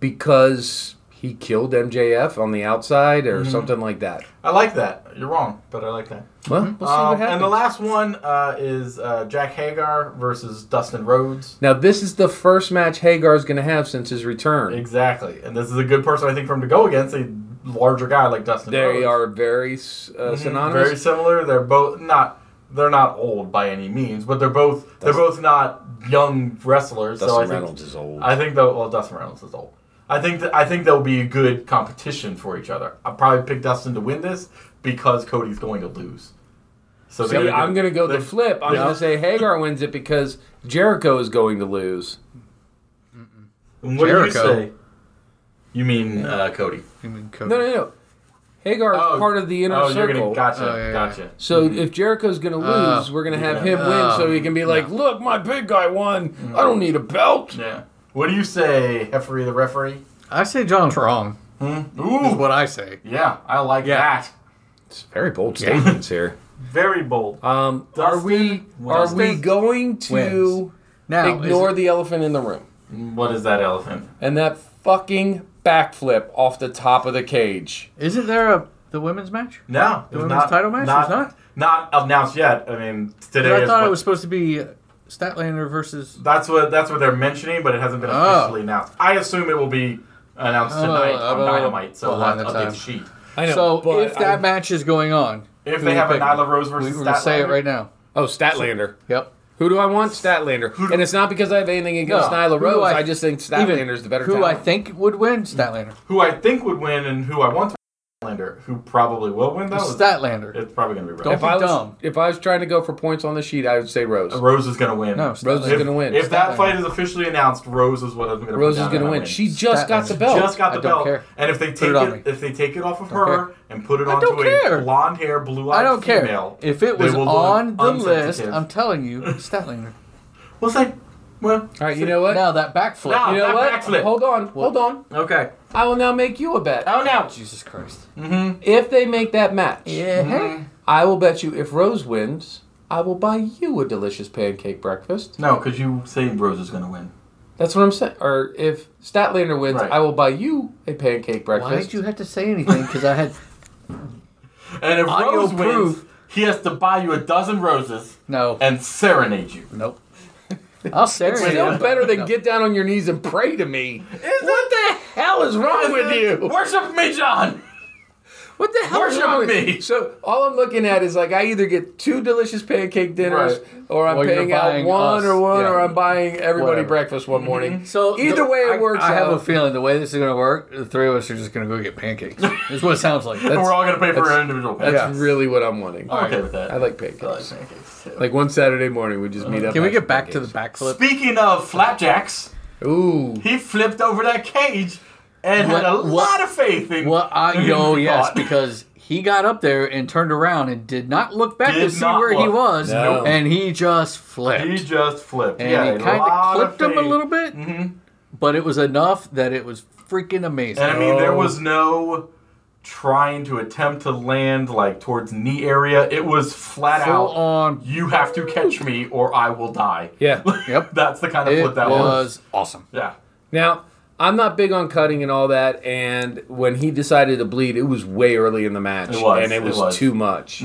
Speaker 3: because he killed MJF on the outside or
Speaker 2: Mm-hmm.
Speaker 3: something like that.
Speaker 2: I like that. You're wrong, but I like that.
Speaker 3: Well, we'll see what
Speaker 2: Um,
Speaker 3: happens.
Speaker 2: and the last one uh, is uh, Jack Hagar versus Dustin Rhodes.
Speaker 3: now this is the first match Hagar's gonna have since his return.
Speaker 2: Exactly. And this is a good person, I think, for him to go against a larger guy like Dustin Rhodes.
Speaker 3: They are very s- uh, synonymous.
Speaker 2: Mm-hmm. Very similar. They're both not. They're not old by any means, but they're both they're both not young wrestlers. so I
Speaker 3: Dustin
Speaker 2: think,
Speaker 3: Reynolds is old.
Speaker 2: I think though, well, Dustin Reynolds is old. I think that I think they'll be a good competition for each other. I'll probably pick Dustin to win this because Cody's going to lose. So
Speaker 3: See, I'm gonna go the
Speaker 2: they-
Speaker 3: flip. I'm
Speaker 2: they-
Speaker 3: gonna say Hagar wins it because Jericho is going to lose.
Speaker 2: What
Speaker 4: Jericho.
Speaker 2: do you say? You mean uh, Cody?
Speaker 4: You mean Cody?
Speaker 3: No, no, no. Hagar is
Speaker 2: Oh,
Speaker 3: part of the inner
Speaker 2: oh,
Speaker 3: circle.
Speaker 2: you're gonna Mm-hmm. Oh, gotcha,
Speaker 4: Oh, yeah, yeah.
Speaker 2: gotcha.
Speaker 3: So if Jericho's going to lose, we're going to have him win so he can be like, look, my big guy won. I
Speaker 2: Mm-hmm.
Speaker 3: don't need a belt.
Speaker 2: Yeah. What do you say, Heffery the referee?
Speaker 4: I say John's wrong. Is
Speaker 2: Hmm? Ooh,
Speaker 4: what I say.
Speaker 2: yeah, I like that.
Speaker 3: It's very bold statements here.
Speaker 2: Very bold.
Speaker 3: Um, are we are we
Speaker 2: Dustin
Speaker 3: going to
Speaker 4: wins. Now is
Speaker 3: ignore
Speaker 4: it-
Speaker 3: the elephant in the room?
Speaker 2: What is that elephant?
Speaker 3: And that fucking backflip off the top of the cage.
Speaker 4: Isn't there a the women's match?
Speaker 2: No,
Speaker 4: The women's title match?
Speaker 2: Not,
Speaker 4: It's not?
Speaker 2: not announced yet. I mean, today.
Speaker 4: I
Speaker 2: is
Speaker 4: thought
Speaker 2: what-
Speaker 4: it was supposed to be Statlander versus.
Speaker 2: That's what that's what they're mentioning, but it hasn't been
Speaker 4: Oh.
Speaker 2: officially announced. I assume it will be announced
Speaker 4: Oh,
Speaker 2: tonight on
Speaker 4: oh,
Speaker 2: Dynamite. So
Speaker 4: we'll
Speaker 2: we'll have
Speaker 4: have
Speaker 2: to
Speaker 4: the
Speaker 2: update
Speaker 4: time.
Speaker 2: the sheet.
Speaker 3: I know.
Speaker 4: so
Speaker 3: but
Speaker 4: if that
Speaker 3: I-
Speaker 4: match is going on,
Speaker 2: If
Speaker 4: who
Speaker 2: they
Speaker 4: we
Speaker 2: have a
Speaker 4: picking?
Speaker 2: Nyla Rose versus
Speaker 4: we, we're gonna say it
Speaker 2: Statlander?
Speaker 4: right now.
Speaker 3: oh Statlander,
Speaker 4: Yep.
Speaker 3: who do I want? Statlander, and it's not because I have anything against
Speaker 2: No.
Speaker 3: Nyla
Speaker 4: Who
Speaker 3: Rose.
Speaker 4: do
Speaker 3: I,
Speaker 4: I-
Speaker 3: just think
Speaker 4: Even
Speaker 3: Statlander's the better.
Speaker 4: Who I
Speaker 3: talent.
Speaker 4: think would win Statlander.
Speaker 2: who I think would win and who I want to Statlander, who probably will win. That was
Speaker 4: Statlander.
Speaker 2: It's probably gonna be
Speaker 4: Don't
Speaker 2: Rose.
Speaker 3: If I was
Speaker 4: dumb.
Speaker 3: if I was trying to go for points on the sheet, I would say Rose.
Speaker 2: Rose is gonna win.
Speaker 4: No,
Speaker 3: Rose
Speaker 4: Statlander.
Speaker 3: is
Speaker 2: if,
Speaker 3: going to win.
Speaker 2: If that
Speaker 4: Statlander.
Speaker 2: fight is officially announced, Rose is what I'm gonna. put
Speaker 3: Rose is
Speaker 2: down
Speaker 3: going
Speaker 2: and
Speaker 3: to
Speaker 2: I
Speaker 3: win. She just got the
Speaker 4: Statlander.
Speaker 3: belt.
Speaker 2: just got
Speaker 4: I
Speaker 2: the
Speaker 4: don't
Speaker 2: belt,
Speaker 4: care.
Speaker 2: and if they take
Speaker 4: it
Speaker 2: it,
Speaker 4: on me.
Speaker 2: if they take it off of her
Speaker 4: care.
Speaker 2: and put it
Speaker 4: I
Speaker 2: onto
Speaker 4: don't care.
Speaker 2: a blonde hair, blue eyed
Speaker 4: I don't care.
Speaker 2: female,
Speaker 4: If it
Speaker 2: they
Speaker 4: was
Speaker 2: will look
Speaker 4: on the list,
Speaker 2: unsensitive.
Speaker 4: I'm telling you, Statlander.
Speaker 2: we'll say, well,
Speaker 3: All right, you know what?
Speaker 4: Now that backflip.
Speaker 2: Now-
Speaker 3: you know
Speaker 2: that
Speaker 3: what?
Speaker 2: backflip.
Speaker 3: Hold on, hold on.
Speaker 2: okay.
Speaker 3: I will now make you a bet.
Speaker 2: Oh no,
Speaker 4: Jesus Christ.
Speaker 2: Mm-hmm.
Speaker 3: If they make that match,
Speaker 4: Yeah.
Speaker 3: I will bet you if Rose wins, I will buy you a delicious pancake breakfast.
Speaker 2: no, because you say Rose is gonna win.
Speaker 3: That's what I'm saying. Or if Statlander wins,
Speaker 2: Right.
Speaker 3: I will buy you a pancake
Speaker 4: Why
Speaker 3: breakfast.
Speaker 4: did you have to say anything? Because I had
Speaker 2: And if
Speaker 4: Audio
Speaker 2: Rose wins,
Speaker 4: proof.
Speaker 2: he has to buy you a dozen roses
Speaker 4: no.
Speaker 2: and serenade you.
Speaker 4: Nope. I'll serenade
Speaker 3: Still
Speaker 4: you.
Speaker 3: better than get down on your knees and pray to me.
Speaker 2: what the
Speaker 3: Hell is wrong with you.
Speaker 2: Worship me, John.
Speaker 3: What the hell
Speaker 2: Worship
Speaker 3: is wrong with
Speaker 2: me.
Speaker 3: me? So all I'm looking at is like I either get two delicious pancake dinners,
Speaker 2: Right.
Speaker 3: or I'm
Speaker 4: Or you're
Speaker 3: paying out
Speaker 4: buying
Speaker 3: one
Speaker 4: us.
Speaker 3: or one,
Speaker 4: Yeah.
Speaker 3: or I'm buying everybody
Speaker 4: Whatever.
Speaker 3: breakfast one morning.
Speaker 4: So
Speaker 3: either
Speaker 4: the-
Speaker 3: way it
Speaker 4: I,
Speaker 3: works.
Speaker 4: I have
Speaker 3: out.
Speaker 4: a feeling the way this is going to work, the three of us are just going to go get pancakes. is what it sounds like. That's,
Speaker 2: And we're all gonna pay for our individual pancakes.
Speaker 3: That's really what I'm wanting.
Speaker 2: I'm okay with that.
Speaker 3: I like pancakes.
Speaker 2: I like pancakes too.
Speaker 3: Like one Saturday morning, we just meet up.
Speaker 4: can we
Speaker 3: after
Speaker 4: get back to the
Speaker 3: pancakes.
Speaker 4: backflip?
Speaker 2: Speaking of flapjacks,
Speaker 3: Ooh,
Speaker 2: he flipped over that cage and had a
Speaker 4: What- what-
Speaker 2: lot of faith in
Speaker 4: Well, I
Speaker 2: in
Speaker 4: oh yes,
Speaker 2: God.
Speaker 4: because he got up there and turned around and did not look back
Speaker 2: Did
Speaker 4: to see
Speaker 2: not
Speaker 4: where he
Speaker 2: look.
Speaker 4: was,
Speaker 3: No.
Speaker 4: and he just flipped.
Speaker 2: He just flipped.
Speaker 4: and
Speaker 2: yeah,
Speaker 4: he
Speaker 2: a
Speaker 4: kind of
Speaker 2: lot
Speaker 4: clipped
Speaker 2: of
Speaker 4: him a
Speaker 2: faith.
Speaker 4: little bit, but it was enough that it was freaking amazing.
Speaker 2: And I mean, there
Speaker 3: No.
Speaker 2: was no trying to attempt to land like towards knee area. It was flat
Speaker 4: Full
Speaker 2: out.
Speaker 4: on.
Speaker 2: You have to catch me, or I will die.
Speaker 3: yeah.
Speaker 4: Yep.
Speaker 2: That's the kind of
Speaker 4: It
Speaker 2: flip that
Speaker 4: was awesome.
Speaker 2: Yeah.
Speaker 3: now I'm not big on cutting and all that, and when he decided to bleed, it was way early in the match,
Speaker 2: It was,
Speaker 3: and it
Speaker 2: it
Speaker 3: was,
Speaker 2: was. Mm-hmm.
Speaker 3: too much.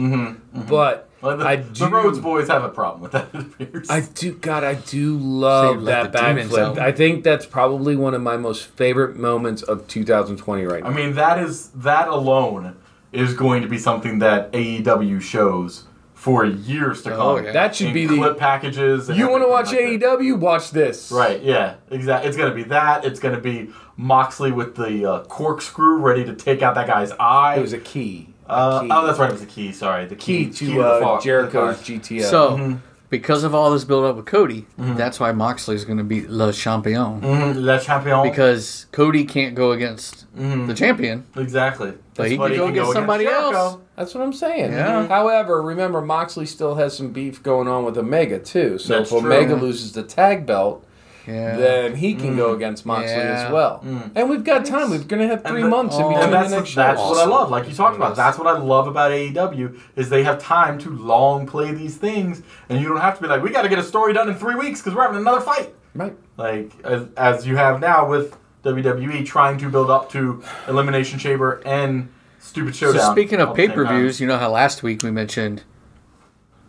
Speaker 3: But
Speaker 2: Well, the,
Speaker 3: I
Speaker 2: the
Speaker 3: do.
Speaker 2: Rhodes boys have a problem with that. It appears.
Speaker 3: I do, God, I do love
Speaker 4: Save
Speaker 3: that
Speaker 4: let the demons
Speaker 3: backflip.
Speaker 4: out.
Speaker 3: I think that's probably one of my most favorite moments of 2020 right
Speaker 2: I
Speaker 3: now.
Speaker 2: mean, that is that alone is going to be something that AEW E shows for years to come.
Speaker 4: Oh, yeah.
Speaker 3: That should
Speaker 2: In
Speaker 3: be the.
Speaker 2: clip packages. and
Speaker 3: you want to
Speaker 2: everything
Speaker 3: watch E
Speaker 2: like that.
Speaker 3: AEW? Watch this.
Speaker 2: Right, yeah, exactly. It's going to be that. It's going to be Moxley with the uh, corkscrew ready to take out that guy's eye.
Speaker 3: It was a key. A
Speaker 2: uh,
Speaker 3: key.
Speaker 2: oh, that's right. It was a key. Sorry, the key,
Speaker 3: key
Speaker 2: key
Speaker 3: to
Speaker 2: the
Speaker 3: uh,
Speaker 2: far-
Speaker 3: Jericho's
Speaker 2: the
Speaker 3: GTO.
Speaker 4: So, because of all this build up with Cody, that's why Moxley's going to be Le Champion.
Speaker 2: far- Mhm, Le champion.
Speaker 4: Because Cody can't go against
Speaker 2: Mm-hmm.
Speaker 4: the champion.
Speaker 2: exactly. That's
Speaker 4: he
Speaker 2: what
Speaker 4: could go against somebody
Speaker 2: Jericho.
Speaker 4: else.
Speaker 3: That's what I'm saying.
Speaker 4: Yeah.
Speaker 3: However, remember Moxley still has some beef going on with Omega too. So
Speaker 2: That's
Speaker 3: if
Speaker 2: true.
Speaker 3: Omega loses the tag belt,
Speaker 4: Yeah.
Speaker 3: then he can
Speaker 2: Mm.
Speaker 3: go against Moxley
Speaker 4: Yeah.
Speaker 3: as well. And we've got time. We're going to have
Speaker 2: And
Speaker 3: three
Speaker 2: the-
Speaker 3: months in
Speaker 4: oh.
Speaker 3: between
Speaker 2: And that's,
Speaker 3: the next
Speaker 2: that's
Speaker 3: shows.
Speaker 2: what I love. Like you talked about, that's what I love about AEW is they have time to long play these things, and you don't have to be like, we got to get a story done in three weeks because we're having another fight.
Speaker 3: Right.
Speaker 2: Like as, as you have now with WWE trying to build up to Elimination Chamber and Stupid Showdown.
Speaker 4: So speaking
Speaker 2: all
Speaker 4: of
Speaker 2: at the
Speaker 4: pay
Speaker 2: same
Speaker 4: per views, you know how last week we mentioned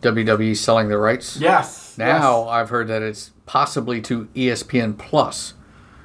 Speaker 4: WWE selling the rights.
Speaker 2: time. yes,
Speaker 4: Now
Speaker 2: yes.
Speaker 4: I've heard that it's possibly to E ESPN Plus,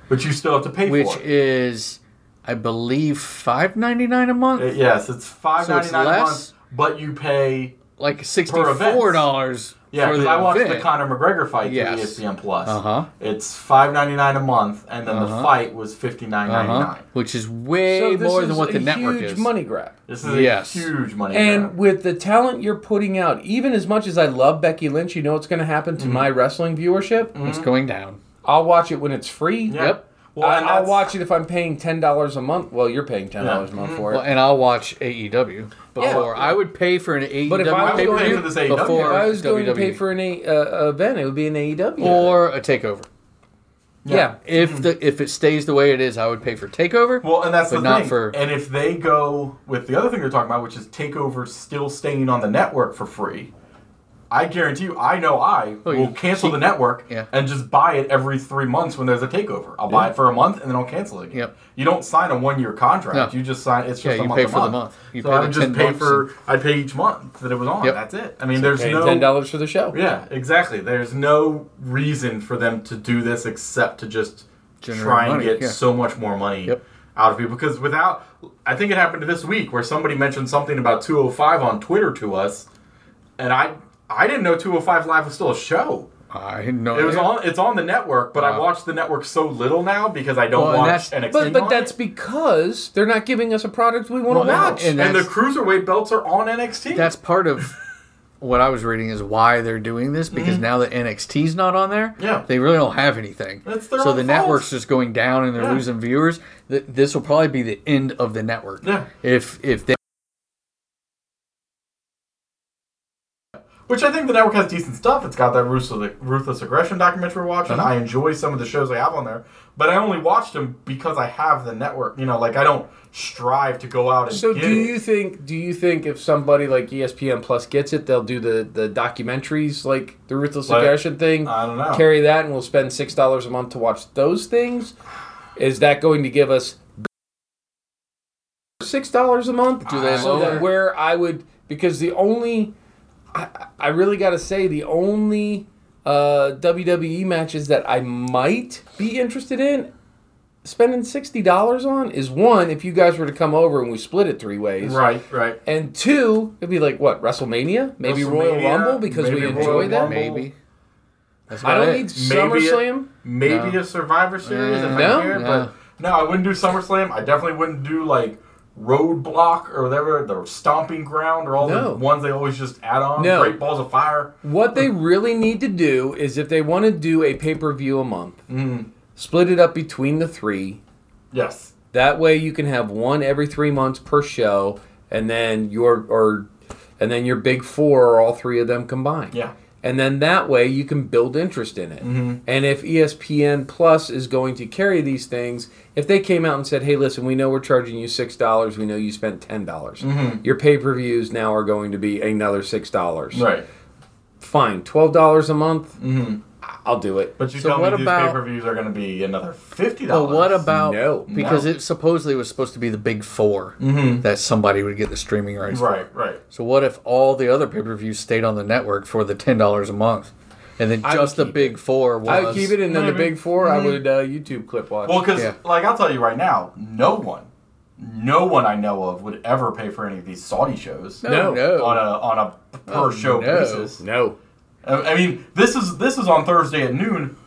Speaker 2: but you still have to pay
Speaker 4: which
Speaker 2: for it.
Speaker 4: is, I believe, five ninety nine a month,
Speaker 2: It- Yes, it's five ninety nine a month,
Speaker 4: less?
Speaker 2: but you pay.
Speaker 4: like sixty four dollars.
Speaker 2: Yeah,
Speaker 4: for
Speaker 2: 'cause
Speaker 4: the
Speaker 2: I watched the
Speaker 4: event.
Speaker 2: Conor McGregor fight
Speaker 4: Yes.
Speaker 2: through E ESPN Plus.
Speaker 4: Uh-huh.
Speaker 2: It's five ninety nine a month, and then the fight was fifty nine ninety
Speaker 4: Uh-huh.
Speaker 2: nine.
Speaker 4: which is
Speaker 3: So
Speaker 4: way
Speaker 3: this
Speaker 4: more
Speaker 3: is
Speaker 4: than what the
Speaker 3: a
Speaker 4: network
Speaker 3: huge
Speaker 4: is.
Speaker 3: money grab.
Speaker 2: This is
Speaker 4: Yes.
Speaker 2: a huge money.
Speaker 3: And
Speaker 2: grab.
Speaker 3: with the talent you're putting out, even as much as I love Becky Lynch, you know what's going to happen
Speaker 2: Mm-hmm.
Speaker 3: to my wrestling viewership?
Speaker 4: It's going down.
Speaker 3: I'll watch it when it's free.
Speaker 2: Yeah.
Speaker 4: Yep.
Speaker 2: Well,
Speaker 3: I,
Speaker 2: and
Speaker 3: I'll
Speaker 2: that's-
Speaker 3: watch it if I'm paying ten dollars a month. Well, you're paying ten dollars a month for it.
Speaker 4: Well, and I'll watch AEW before I would pay for an AEW
Speaker 3: But if I was
Speaker 4: pay per
Speaker 3: going
Speaker 2: for this E AEW,
Speaker 4: before
Speaker 3: if I was going to
Speaker 4: WWE.
Speaker 3: pay for an a, uh, event, it would be an AEW
Speaker 4: or
Speaker 2: Mm-hmm.
Speaker 4: a takeover.
Speaker 3: yeah.
Speaker 4: If the if it stays the way it is, I would pay for takeover.
Speaker 2: Well, and that's the
Speaker 4: but not
Speaker 2: thing.
Speaker 4: for-
Speaker 2: and if they go with the other thing they're talking about, which is takeover still staying on the network for free, I guarantee you, I know I
Speaker 4: Oh,
Speaker 2: will
Speaker 4: you
Speaker 2: cancel the
Speaker 4: keep-
Speaker 2: network
Speaker 4: Yeah.
Speaker 2: and just buy it every three months when there's a takeover. I'll buy it for a month and then I'll cancel it. Again.
Speaker 4: Yep.
Speaker 2: You don't sign a one year contract.
Speaker 4: No.
Speaker 2: You just sign. It's just
Speaker 4: Yeah,
Speaker 2: a
Speaker 4: you
Speaker 2: month
Speaker 4: pay
Speaker 2: a
Speaker 4: for the
Speaker 2: month.
Speaker 4: month. You
Speaker 2: so
Speaker 4: pay
Speaker 2: I
Speaker 4: the
Speaker 2: would just
Speaker 4: 10
Speaker 2: pay
Speaker 4: bucks
Speaker 2: for. I pay each month that it was on.
Speaker 4: Yep.
Speaker 2: That's it. I mean, there's
Speaker 3: paying
Speaker 2: no
Speaker 3: ten dollars for the show.
Speaker 2: yeah, exactly. There's no reason for them to do this except to just
Speaker 4: Generate
Speaker 2: try and
Speaker 4: money,
Speaker 2: get
Speaker 4: yeah.
Speaker 2: so much more money
Speaker 4: Yep.
Speaker 2: out of people. Because without, I think it happened this week where somebody mentioned something about 205 on Twitter to us, and I I didn't know 205 Live was still a show.
Speaker 4: I know
Speaker 2: It was on. It's on the network, but I watch the network so little now because I don't
Speaker 4: Well, and
Speaker 2: watch
Speaker 4: that's-
Speaker 2: NXT.
Speaker 3: But but
Speaker 2: on
Speaker 3: that's
Speaker 2: it.
Speaker 3: because they're not giving us a product we want to
Speaker 4: Well, no,
Speaker 3: watch.
Speaker 4: and-
Speaker 2: and the
Speaker 4: that's-
Speaker 2: cruiserweight belts are on NXT.
Speaker 4: That's part of what I was reading is why they're doing this because now that NXT's not on there,
Speaker 2: Mhm. Yeah.
Speaker 4: they really don't have anything.
Speaker 2: That's their
Speaker 4: so
Speaker 2: own
Speaker 4: the
Speaker 2: fault.
Speaker 4: network's just going down and they're
Speaker 2: Yeah.
Speaker 4: losing viewers. Th- This will probably be the end of the network.
Speaker 2: Yeah.
Speaker 4: If if they
Speaker 2: Which I think the network has decent stuff. It's got that ruthless, ruthless aggression documentary we're watching.
Speaker 4: Mm-hmm.
Speaker 2: I enjoy some of the shows they have on there, but I only watch them because I have the network. You know, like I don't strive to go out and
Speaker 3: so
Speaker 2: get
Speaker 3: do
Speaker 2: it.
Speaker 3: you think do you think if somebody like E ESPN Plus gets it, they'll do the, the documentaries like the Ruthless
Speaker 2: Like,
Speaker 3: Aggression thing?
Speaker 2: I don't know.
Speaker 3: Carry that, and we'll spend six dollars a month to watch those things. Is that going to give us six dollars a month? Uh,
Speaker 4: Do they
Speaker 3: so
Speaker 4: lower-
Speaker 3: that where I would because the only I, I really got to say the only uh, WWE matches that I might be interested in spending sixty dollars on is one if you guys were to come over and we split it three ways,
Speaker 2: right, right.
Speaker 3: and two it'd be like what WrestleMania, maybe Royal
Speaker 2: WrestleMania,
Speaker 3: Rumble because we
Speaker 2: maybe
Speaker 3: enjoy
Speaker 2: Royal
Speaker 3: that.
Speaker 2: Rumble.
Speaker 4: maybe that's
Speaker 3: I
Speaker 4: about
Speaker 3: don't
Speaker 4: it.
Speaker 3: need
Speaker 2: Maybe it-
Speaker 3: SummerSlam.
Speaker 2: Maybe a Survivor Series if
Speaker 3: No,
Speaker 2: I hear,
Speaker 4: no.
Speaker 2: but no, I wouldn't do SummerSlam. I definitely wouldn't do like Roadblock or whatever the Stomping Ground or all
Speaker 3: No.
Speaker 2: the ones they always just add on.
Speaker 3: No.
Speaker 2: Great Balls of Fire.
Speaker 3: What they really need to do is if they want to do a pay per view a month, split it up between the three.
Speaker 2: Mm-hmm. Yes.
Speaker 3: That way you can have one every three months per show, and then your or and then your big four or all three of them combined.
Speaker 2: Yeah. Mm-hmm.
Speaker 3: And then that way you can build interest in it. And if E ESPN Plus is going to carry these things, if they came out and said, "Hey, listen, we know we're charging you six dollars. We know you spent ten dollars. Your pay per views now are going to be another six dollars.
Speaker 2: Mm-hmm. Right.
Speaker 3: Fine, twelve dollars a month.
Speaker 2: Mm-hmm.
Speaker 3: I'll do it.
Speaker 2: But you
Speaker 4: So
Speaker 2: tell
Speaker 4: what
Speaker 2: me these
Speaker 4: about-
Speaker 2: pay per views are going to be another fifty
Speaker 4: But
Speaker 2: dollars.
Speaker 4: what about
Speaker 3: No.
Speaker 4: because
Speaker 2: No. Mm-hmm.
Speaker 4: it supposedly was supposed to be the big 4 that somebody would get the streaming rights. for.
Speaker 2: Right, right.
Speaker 4: So what if all the other pay per views stayed on the network for the ten dollars a month, and then
Speaker 3: would
Speaker 4: just the
Speaker 3: keep
Speaker 4: big four was?
Speaker 3: I would keep it, and then the
Speaker 2: Maybe.
Speaker 3: big 4 I would uh, YouTube clip watch.
Speaker 2: Well, because
Speaker 4: Yeah.
Speaker 2: like I'll tell you right now, no one, no one I know of would ever pay for any of these Saudi shows
Speaker 3: No.
Speaker 4: No, no.
Speaker 2: on a on a per show
Speaker 4: no.
Speaker 2: basis.
Speaker 1: No.
Speaker 2: I I mean, this is this is on Thursday at noon.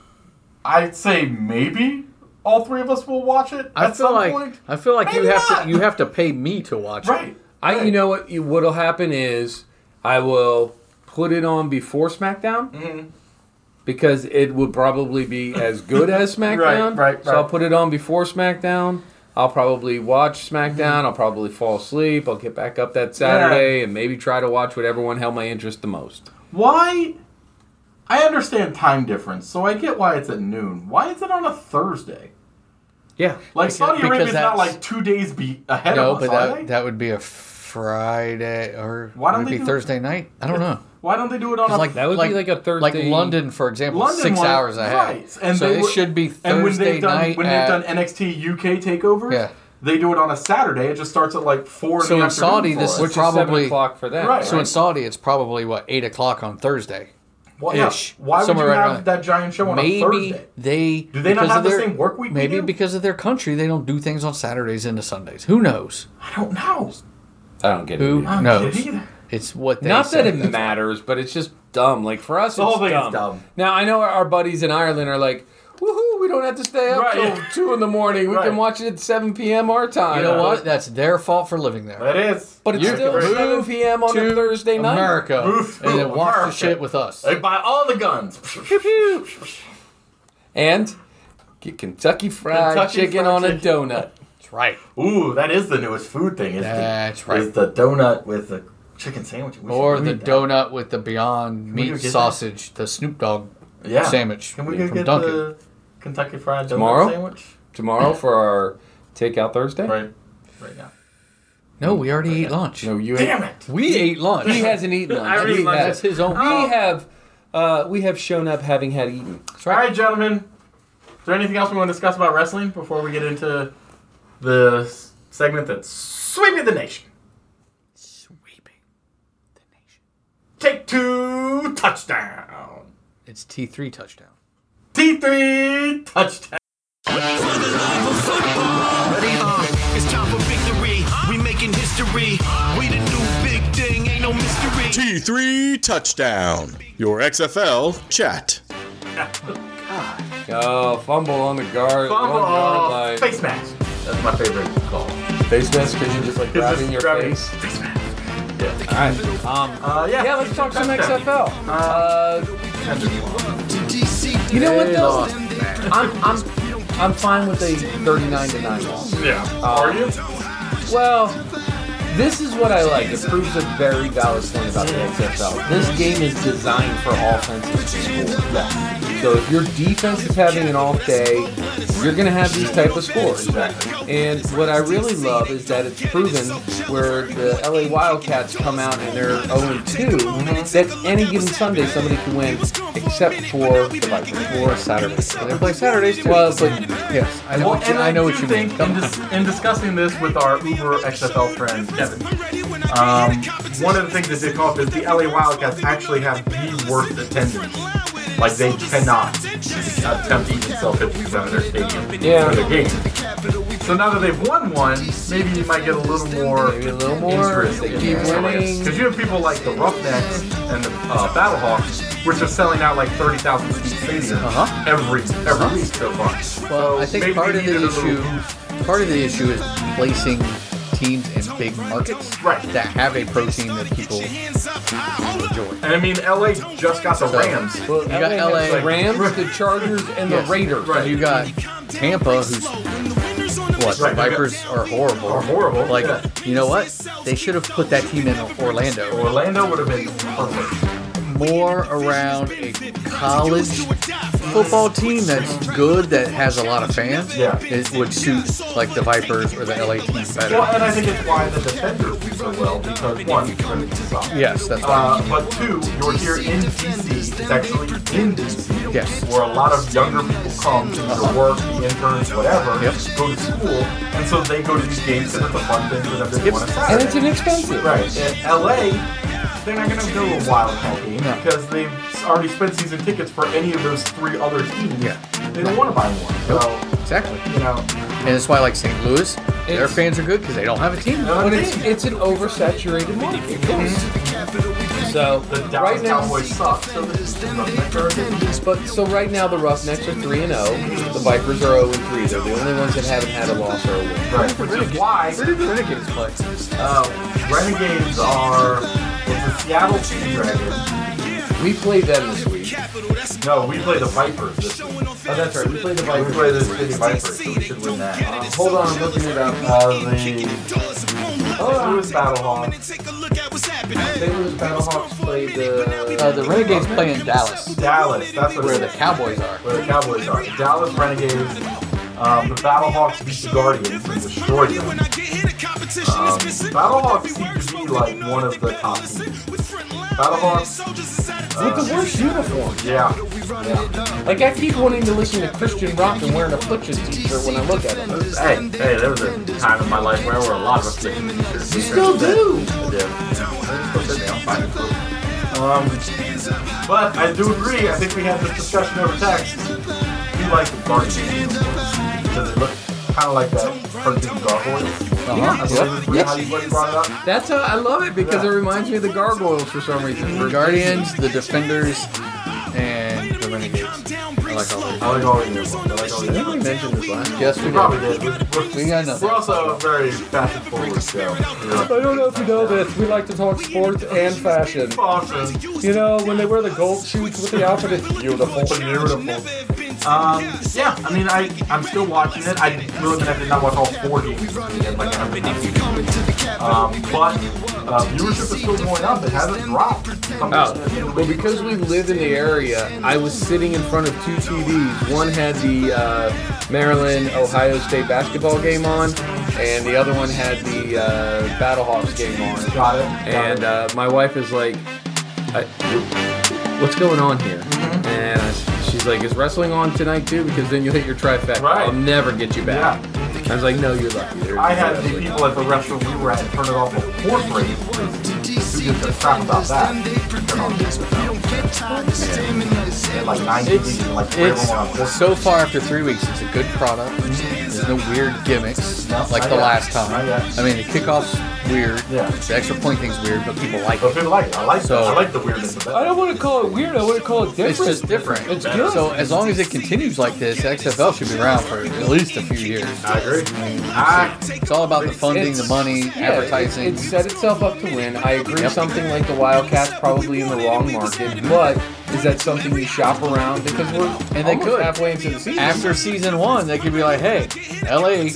Speaker 2: I'd say maybe all three of us will watch it
Speaker 4: I
Speaker 2: at
Speaker 4: feel
Speaker 2: some
Speaker 4: like
Speaker 2: point.
Speaker 4: I feel like you
Speaker 2: Maybe
Speaker 4: have
Speaker 2: not.
Speaker 4: to you have to pay me to watch
Speaker 2: right.
Speaker 3: I, you know what? you- What'll happen is I will put it on before SmackDown
Speaker 2: Mm-hmm.
Speaker 3: because it would probably be as good as SmackDown.
Speaker 2: right,
Speaker 3: So I'll
Speaker 2: right.
Speaker 3: put it on before SmackDown. I'll probably watch
Speaker 2: Mm-hmm.
Speaker 3: SmackDown. I'll probably fall asleep. I'll get back up that Saturday and maybe try to watch what everyone held my interest the most.
Speaker 2: Why? I understand time difference, so I get why it's at noon. Why is it on a Thursday?
Speaker 4: it. Yeah,
Speaker 2: Like
Speaker 4: because-
Speaker 2: Saudi
Speaker 4: because
Speaker 2: Arabia's not
Speaker 4: that's-
Speaker 2: like two days be ahead
Speaker 4: no,
Speaker 2: of us,
Speaker 4: but
Speaker 2: are they?
Speaker 4: that, that would be a Friday or
Speaker 2: Why don't
Speaker 4: would it
Speaker 2: they
Speaker 4: be
Speaker 2: do-
Speaker 4: Thursday night? I don't know.
Speaker 2: Why don't they do it on a
Speaker 4: It's like
Speaker 3: That would be like a
Speaker 4: Like
Speaker 3: Thursday-
Speaker 4: London, for example,
Speaker 2: London
Speaker 4: six
Speaker 2: one-
Speaker 4: hours ahead.
Speaker 2: Right, and
Speaker 4: so
Speaker 2: they
Speaker 4: it
Speaker 2: were-
Speaker 4: should be Thursday
Speaker 2: and when they've done
Speaker 4: night.
Speaker 2: when they've
Speaker 4: at-
Speaker 2: done NXT UK takeovers,
Speaker 4: Yeah.
Speaker 2: they do it on a Saturday. It just starts at like four.
Speaker 4: So
Speaker 2: in the
Speaker 4: in
Speaker 2: afternoon
Speaker 4: Saudi,
Speaker 2: for
Speaker 4: this
Speaker 2: us.
Speaker 3: Which is seven
Speaker 4: Probably-
Speaker 3: o'clock for them.
Speaker 2: Right.
Speaker 4: so in Saudi, it's probably what eight o'clock on Thursday.
Speaker 2: Why not?
Speaker 4: Ish.
Speaker 2: Why would you
Speaker 4: Somewhere right
Speaker 2: have
Speaker 4: around there.
Speaker 2: that giant show on a
Speaker 4: Maybe
Speaker 2: Thursday?
Speaker 4: they
Speaker 2: Do they not
Speaker 4: because
Speaker 2: have
Speaker 4: of
Speaker 2: the
Speaker 4: their-
Speaker 2: same work week we
Speaker 4: Maybe
Speaker 2: do?
Speaker 4: because of their country, they don't do things on Saturdays into Sundays. Who knows?
Speaker 2: I don't know.
Speaker 3: I don't get
Speaker 4: Who
Speaker 3: it. either.
Speaker 2: I don't
Speaker 4: knows?
Speaker 2: get it either.
Speaker 4: It's what they
Speaker 3: Not that
Speaker 4: say.
Speaker 3: it matters, but it's just dumb. Like for us,
Speaker 2: whole
Speaker 3: it's
Speaker 2: thing is
Speaker 3: dumb.
Speaker 2: dumb.
Speaker 3: Now I know our- our buddies in Ireland are like, "Woohoo! We don't have to stay up
Speaker 2: Right.
Speaker 3: till two in the morning. We
Speaker 2: Right.
Speaker 3: can watch it at seven p.m. our time."
Speaker 4: You know what? That's their fault for living there.
Speaker 2: That is.
Speaker 3: But it's
Speaker 4: You
Speaker 3: still
Speaker 4: can
Speaker 3: seven
Speaker 4: move
Speaker 3: p.m. on a
Speaker 4: to
Speaker 3: Thursday night.
Speaker 4: America,
Speaker 2: Move
Speaker 4: and
Speaker 2: to
Speaker 4: then watch the
Speaker 2: America.
Speaker 4: shit with us.
Speaker 2: They buy all the guns.
Speaker 3: and get Kentucky Fried
Speaker 2: Kentucky
Speaker 3: Chicken
Speaker 2: Fried
Speaker 3: on a
Speaker 2: Chicken.
Speaker 3: donut.
Speaker 4: That's right.
Speaker 2: Ooh, that is the newest food thing. Is
Speaker 4: That's
Speaker 2: the,
Speaker 4: right.
Speaker 2: Is the donut with the chicken sandwich? We should
Speaker 4: Or
Speaker 2: read
Speaker 4: the
Speaker 2: that.
Speaker 4: donut with the Beyond
Speaker 2: we go
Speaker 4: Meat
Speaker 2: get that?
Speaker 4: sausage, the Snoop Dogg
Speaker 2: yeah.
Speaker 4: sandwich
Speaker 2: Can we
Speaker 4: from
Speaker 2: go get
Speaker 4: Dunkin'.
Speaker 2: the Kentucky Fried Donut
Speaker 3: Tomorrow?
Speaker 2: sandwich?
Speaker 3: Tomorrow for our takeout Thursday.
Speaker 2: Right. Right now.
Speaker 4: No, we already ate lunch.
Speaker 3: No, you.
Speaker 2: Damn
Speaker 3: ain't-
Speaker 2: it!
Speaker 4: We ate lunch.
Speaker 3: He hasn't eaten. lunch.
Speaker 6: I really
Speaker 3: He
Speaker 6: like
Speaker 3: has.
Speaker 4: That's his own.
Speaker 2: Oh.
Speaker 3: We have. Uh, we have shown up having had eaten.
Speaker 4: That's
Speaker 2: All
Speaker 4: right.
Speaker 2: right, gentlemen. Is there anything else we want to discuss about wrestling before we get into the s- segment that's sweeping the nation?
Speaker 4: Sweeping the nation.
Speaker 2: Take two touchdown.
Speaker 4: It's T three touchdown.
Speaker 2: T3 touchdown.
Speaker 7: It's time for victory. We making history. We the new big thing. Ain't no mystery.
Speaker 8: T3 Touchdown, your XFL chat.
Speaker 3: Oh, fumble on the guard.
Speaker 2: Fumble.
Speaker 3: one yard line.
Speaker 2: Face mask. That's my favorite call.
Speaker 3: Face mask because you're just like
Speaker 2: It's
Speaker 3: grabbing
Speaker 2: just
Speaker 3: your
Speaker 2: grabbing-
Speaker 3: face.
Speaker 2: Face mask.
Speaker 3: All right. Um,
Speaker 2: Uh, yeah.
Speaker 3: yeah, let's talk some
Speaker 2: Touchdown.
Speaker 3: XFL. Uh, you know what though? I'm I'm I'm fine with a 39 to 9 loss.
Speaker 2: Yeah. Are you?
Speaker 3: Well, this is what I like. It proves a very valid point about the XFL. This game is designed for offenses to score. So if your defense is having an off day, you're going to have these type of scores. And what I really love is that it's proven where the LA Wildcats come out and they're 0-2, that any given Sunday somebody can win except for the Vikings. Or Saturday.
Speaker 4: They play Saturdays too.
Speaker 3: Well, it's like,
Speaker 4: yes, I know.
Speaker 2: Well,
Speaker 4: what you,
Speaker 2: and
Speaker 4: I know
Speaker 2: do
Speaker 4: what you mean.
Speaker 2: think In, dis- in discussing this with our Uber XFL friend Kevin, um, one of the things that did come up is the LA Wildcats actually have the worst attendance. Like they cannot attempt even sell 50% of their stadium
Speaker 3: Yeah.
Speaker 2: for their game. So now that they've won one, maybe you might get a little more
Speaker 3: Maybe a little more,
Speaker 2: interest
Speaker 3: they
Speaker 2: in
Speaker 3: keep winning.
Speaker 2: Because you have people like the Roughnecks and the uh, Battlehawks, which are selling out like 30,000 seat stadiums
Speaker 4: Uh-huh.
Speaker 2: every every week so far.
Speaker 4: Well,
Speaker 2: maybe
Speaker 4: I think part
Speaker 2: they
Speaker 4: of the
Speaker 2: needed a little
Speaker 4: issue, part of the issue is placing teams in big markets
Speaker 2: Right.
Speaker 4: that have a protein that people enjoy.
Speaker 2: And I mean, LA just got the
Speaker 4: So-
Speaker 2: Rams.
Speaker 3: well,
Speaker 4: You got LA.
Speaker 3: has the Rams, the Chargers, and the
Speaker 4: Yes.
Speaker 3: Raiders.
Speaker 2: Right.
Speaker 4: You got Tampa, who's what
Speaker 2: Right,
Speaker 4: the
Speaker 2: you got-
Speaker 4: Vipers are horrible.
Speaker 2: Are horrible,
Speaker 4: Like
Speaker 2: yeah.
Speaker 4: you know what? They should have put that team in Orlando.
Speaker 2: Orlando would have been perfect.
Speaker 4: more around a college football team that's good that has a lot of fans.
Speaker 2: Yeah.
Speaker 4: it would suit like the Vipers or the LA team better.
Speaker 2: Well, uh, and I think it's why the defenders do so well because one, you're in the soft.
Speaker 4: Yes, that's right.
Speaker 2: Uh, but two, you're here in DC. It's actually in DC,
Speaker 4: Yes. Uh-huh.
Speaker 2: where a lot of younger people come to either work, the interns, whatever,
Speaker 4: Yep.
Speaker 2: go to school, and so they go to these games because it's a fun thing for them to do on a Saturday.
Speaker 3: And it's inexpensive.
Speaker 2: Right. In LA, they're not going to go to a Wildcat game
Speaker 4: No.
Speaker 2: because they've already spent season tickets for any of those three other teams.
Speaker 4: Yeah.
Speaker 2: They don't want to buy more. So,
Speaker 4: exactly.
Speaker 2: you know,
Speaker 4: And that's why, like St. Louis, their
Speaker 3: It's-
Speaker 2: Uh,
Speaker 4: fans are good because they don't have a team.
Speaker 2: no,
Speaker 3: But
Speaker 2: it
Speaker 3: it's,
Speaker 2: is.
Speaker 3: it's an oversaturated market. So
Speaker 2: The Dallas
Speaker 3: right now,
Speaker 2: Cowboys suck. So this is the Patriots.
Speaker 3: but so right now the Roughnecks are three and zero. The Vipers are zero and three. They're the only ones that haven't had a loss or a win.
Speaker 2: Right, which is why
Speaker 4: Renegades play.
Speaker 2: uh, Renegades are it's the Seattle Sea Dragons.
Speaker 3: We played them this week.
Speaker 2: No, we play the Vipers. This week.
Speaker 6: Oh, that's right. We played the
Speaker 2: Like, we
Speaker 6: Vikings.
Speaker 2: play the City Vipers, so we should win that.
Speaker 6: Uh, hold on, I'm looking it up.
Speaker 2: Uh, the
Speaker 6: Hold on.
Speaker 2: Lewis Battlehawks.
Speaker 6: St. Louis Battlehawks played the.
Speaker 4: Uh, the Renegades play in Dallas,
Speaker 2: Dallas, that's what
Speaker 4: where
Speaker 2: it
Speaker 4: the
Speaker 2: is.
Speaker 4: Cowboys are.
Speaker 2: Where the Cowboys are. The Dallas Renegades. Um, the Battlehawks beat the Guardians and destroyed them. Um, Battlehawks seem to be like one of the top teams. Battlehawks,
Speaker 3: With the worst uniform.
Speaker 2: yeah.
Speaker 3: uh, Like I keep wanting to listen to Christian Rock and wearing a Affliction t-shirt when I look at him.
Speaker 2: Hey, hey, there was a time in my life where I wore a lot of things.
Speaker 3: You still do.
Speaker 2: I do. Um, but I do agree. I think we had this discussion over text. We like the Guardians because it looks kind of like that Perkins Gargoyle.
Speaker 4: Uh-huh. Yep.
Speaker 2: How you what you brought it up?
Speaker 3: That's how I love it because
Speaker 2: Yeah.
Speaker 3: it reminds me of the Gargoyles for some reason.
Speaker 4: The Guardians, the Defenders, and the Renegades. I like all of them.
Speaker 2: I like all the new ones. I like all the new ones.
Speaker 4: Yes,
Speaker 2: We
Speaker 4: we
Speaker 2: probably
Speaker 4: do.
Speaker 2: did. We're,
Speaker 4: We got nothing.
Speaker 2: we're also a very fashion forward show.
Speaker 3: I don't know if you know this. We like to talk sports and fashion.
Speaker 2: Awesome.
Speaker 3: You know, when they wear the gold shoes with the outfit, it's beautiful.
Speaker 2: Beautiful. Um, yeah, I mean, I, I'm still watching it. I really I did not watch all four games this weekend, like every time. Um, but uh, viewership is still going up. It hasn't dropped.
Speaker 3: Oh, well, because we live in the area, I was sitting in front of two TVs. One had the uh, Maryland Ohio State basketball game on, and the other one had the uh, Battlehawks game on.
Speaker 2: Got it. Got
Speaker 3: And
Speaker 2: it.
Speaker 3: uh, my wife is like, I, "What's going on here?" And I, she's like, "Is wrestling on tonight too? Because then you'll hit your trifecta.
Speaker 2: Right.
Speaker 3: I'll never get you back." I was like, "No, you're lucky." There's no
Speaker 2: I had the
Speaker 3: wrestling on."
Speaker 2: people at the restaurant we were at turn it off at horse race. Who gives a crap about that? They're not giving a crap. They had, Like 90 people, like
Speaker 4: It's
Speaker 2: everyone on horse
Speaker 4: so far after three weeks, it's a good product. There's no weird gimmicks, not like the
Speaker 2: Not yet.
Speaker 4: last time.
Speaker 2: Not yet.
Speaker 4: I mean, the kickoff's weird.
Speaker 2: Yeah.
Speaker 4: The extra point thing's weird, but people like
Speaker 2: But
Speaker 4: it.
Speaker 2: people like it. I like
Speaker 4: So-
Speaker 2: I like the weirdness of
Speaker 3: I
Speaker 2: that.
Speaker 3: don't want to call it weird. I want to call it different.
Speaker 4: It's just different.
Speaker 3: It's good.
Speaker 4: So as long as it continues like this, XFL should be around for at least a few years.
Speaker 2: I agree. I,
Speaker 4: It's all about the funding,
Speaker 3: It's-
Speaker 4: the money,
Speaker 3: Yeah,
Speaker 4: advertising.
Speaker 3: It, it set itself up to win. I agree.
Speaker 4: Yep.
Speaker 3: Something like the Wildcats probably in the wrong market, but is that something we shop around because we're
Speaker 4: And they
Speaker 3: almost
Speaker 4: could.
Speaker 3: halfway into the season?
Speaker 4: After season one, they could be like, hey, LA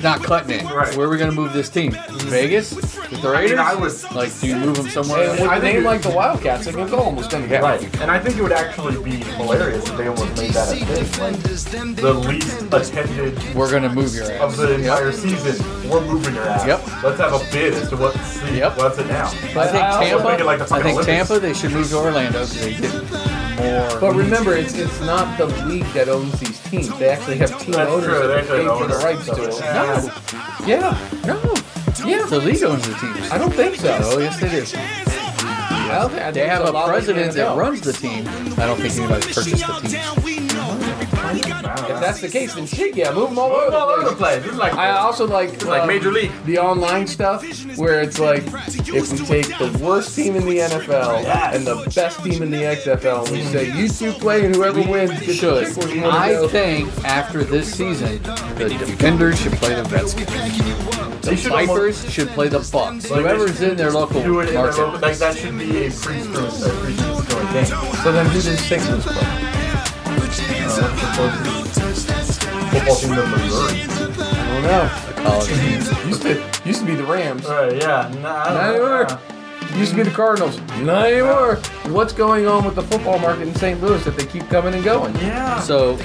Speaker 4: not cutting it.
Speaker 2: Right. Mm-hmm.
Speaker 4: Where are we going to move this team? Vegas? With the
Speaker 2: I mean,
Speaker 4: Raiders?
Speaker 2: I was
Speaker 4: Like, do you move them somewhere
Speaker 3: and
Speaker 4: else?
Speaker 3: with
Speaker 2: I
Speaker 3: a
Speaker 2: think
Speaker 3: name
Speaker 2: it-
Speaker 3: like the Wildcats, like it's almost gonna get
Speaker 2: Right, and I think it would actually be hilarious if they almost made that a thing. Like, the least attended
Speaker 4: We're going to move your
Speaker 2: of
Speaker 4: ass.
Speaker 2: the entire season, we're moving your ass.
Speaker 4: Yep.
Speaker 2: Let's have a bid as to what's the,
Speaker 4: Yep.
Speaker 2: what's it now.
Speaker 4: I think
Speaker 3: I also
Speaker 4: Tampa.
Speaker 2: make it like the
Speaker 4: I
Speaker 2: fucking
Speaker 4: think
Speaker 2: Olympics.
Speaker 4: Tampa. They should move to Orlando so they get more.
Speaker 3: But remember, it's it's not the league that owns these teams. They actually have team
Speaker 2: That's
Speaker 3: owners
Speaker 2: true, they
Speaker 3: that
Speaker 2: actually
Speaker 3: pay for
Speaker 2: own
Speaker 3: the
Speaker 2: it.
Speaker 3: rights to
Speaker 2: So-
Speaker 3: it.
Speaker 2: Yeah.
Speaker 3: No, yeah, no, yeah.
Speaker 4: the league owns the teams.
Speaker 3: I don't think so.
Speaker 4: Oh yes, they do.
Speaker 3: I don't think- I
Speaker 4: They
Speaker 3: think
Speaker 4: have
Speaker 3: it's
Speaker 4: a
Speaker 3: lot like
Speaker 4: president
Speaker 3: the
Speaker 4: that
Speaker 3: NFL.
Speaker 4: runs the team. I don't think anybody's purchased the team.
Speaker 3: If that's the case, then shit, yeah, move them all over.
Speaker 2: We're
Speaker 3: the
Speaker 2: all over
Speaker 3: place.
Speaker 2: the place. This is like,
Speaker 3: I also like
Speaker 2: like
Speaker 3: um,
Speaker 2: Major League.
Speaker 3: the online stuff where it's like if we take the worst team in the NFL and the best team in the XFL and we say you two play and whoever wins gets
Speaker 4: Should
Speaker 3: the chick we wanna
Speaker 4: I
Speaker 3: go."
Speaker 4: think after this season, the defenders should play the Redskins. The
Speaker 2: They should almost-
Speaker 4: Vipers should play the Bucks. Whoever's in their local
Speaker 2: do it in their local,
Speaker 4: market.
Speaker 2: like that should be a pre-screen, a pre-screen game.
Speaker 3: so then who does Sixers play?
Speaker 2: Uh, it's the closest football team to Missouri.
Speaker 3: I don't know.
Speaker 4: college teams.
Speaker 3: Used to used to be the Rams.
Speaker 2: Right, yeah. Nah,
Speaker 3: Not
Speaker 2: I don't know.
Speaker 3: anymore. Used to be the Cardinals. Not anymore. What's going on with the football market in St. Louis that they keep coming and going?
Speaker 2: Yeah.
Speaker 4: So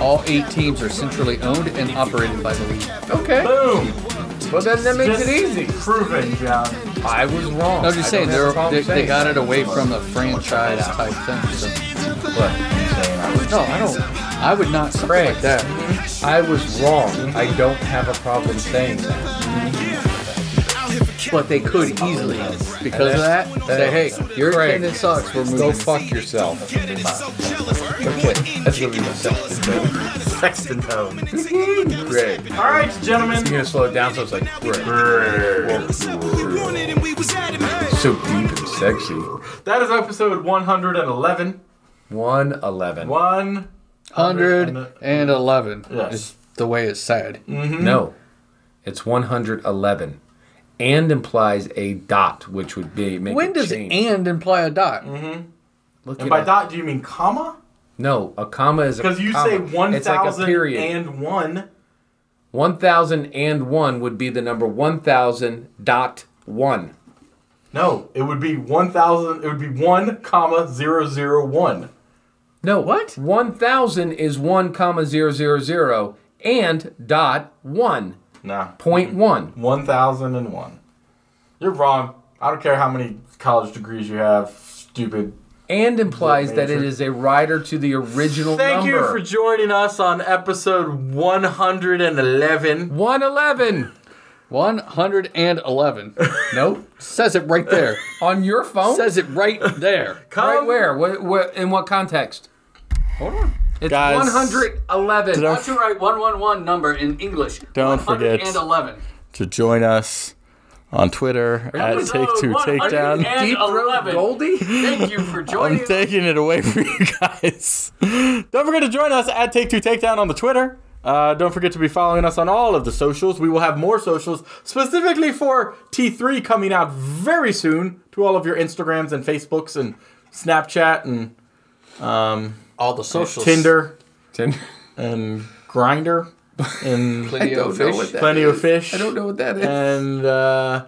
Speaker 4: all eight teams are centrally owned and operated by the league.
Speaker 3: Okay.
Speaker 2: Boom.
Speaker 3: Well, then that makes
Speaker 2: Just
Speaker 3: it easy.
Speaker 2: Proven, John.
Speaker 3: I was wrong.
Speaker 4: No, I'm just
Speaker 3: I don't
Speaker 4: saying
Speaker 3: have a
Speaker 4: they're,
Speaker 3: problem
Speaker 4: they, they
Speaker 3: saying
Speaker 4: got
Speaker 3: that.
Speaker 4: it away from the franchise type thing. So. No, I don't. I would not support
Speaker 3: Craig.
Speaker 4: that.
Speaker 3: I was wrong. I don't have a problem saying that.
Speaker 4: But they could easily, because of that, say, hey, your
Speaker 3: Craig,
Speaker 4: attendance sucks. We're moving.
Speaker 3: Go fuck yourself. Okay, that's gonna be my second.
Speaker 2: Sexton Tone.
Speaker 3: Great.
Speaker 2: All right, gentlemen.
Speaker 3: You're gonna slow it down so it's like great.
Speaker 2: Brrr.
Speaker 3: So deep and Sexy.
Speaker 2: That is episode 111.
Speaker 3: 111.
Speaker 2: One.
Speaker 4: Hundred and eleven
Speaker 2: Yes.
Speaker 4: is the way it's said.
Speaker 2: Mm-hmm.
Speaker 3: No, it's 111. And implies a dot, which would be make
Speaker 4: When
Speaker 3: it
Speaker 4: does
Speaker 3: change.
Speaker 4: and imply a dot?
Speaker 3: Look it
Speaker 2: And by
Speaker 3: up.
Speaker 2: dot, do you mean comma?
Speaker 3: No, a comma is a
Speaker 2: Because you
Speaker 3: comma.
Speaker 2: say one
Speaker 3: It's like a
Speaker 2: thousand
Speaker 3: period.
Speaker 2: and one.
Speaker 3: 1001 would be the number 1000 dot 1.
Speaker 2: No, it would be one thousand. It would be one comma zero zero one.
Speaker 3: No, what? 1000 is 1 comma 000 and dot 1.
Speaker 2: Nah,
Speaker 3: Point 1.
Speaker 2: one thousand and one. You're wrong. I don't care how many college degrees you have. Stupid.
Speaker 3: And implies that it is a rider to the original
Speaker 2: Thank
Speaker 3: number.
Speaker 2: you for joining us on episode one hundred and eleven.
Speaker 3: 111
Speaker 4: One hundred and eleven.
Speaker 3: Nope.
Speaker 4: Says it right there.
Speaker 3: on your phone?
Speaker 4: Says it right there.
Speaker 2: Come
Speaker 3: right where? What, what, in what context?
Speaker 4: Hold on.
Speaker 3: It's
Speaker 9: Guys,
Speaker 3: 111.
Speaker 9: don't-
Speaker 4: Why don't you write one one one number in English?
Speaker 9: Don't forget.
Speaker 4: And eleven.
Speaker 9: to join us on Twitter at Take Two Takedown.
Speaker 4: Deep throat
Speaker 3: Goldie?
Speaker 4: Thank you for joining.
Speaker 9: I'm
Speaker 4: us.
Speaker 9: taking it away from you guys. Don't forget to join us at Take Two Takedown on the Twitter.
Speaker 2: Uh, don't forget to be following us on all of the socials. We will have more socials specifically for T3 coming out very soon to all of your Instagrams and Facebooks and Snapchat and
Speaker 4: All the socials.
Speaker 2: Tinder
Speaker 3: Tinder.
Speaker 2: and Grinder and
Speaker 4: Plenty of fish.
Speaker 2: Plenty of Fish.
Speaker 3: I don't know what that is.
Speaker 2: And uh,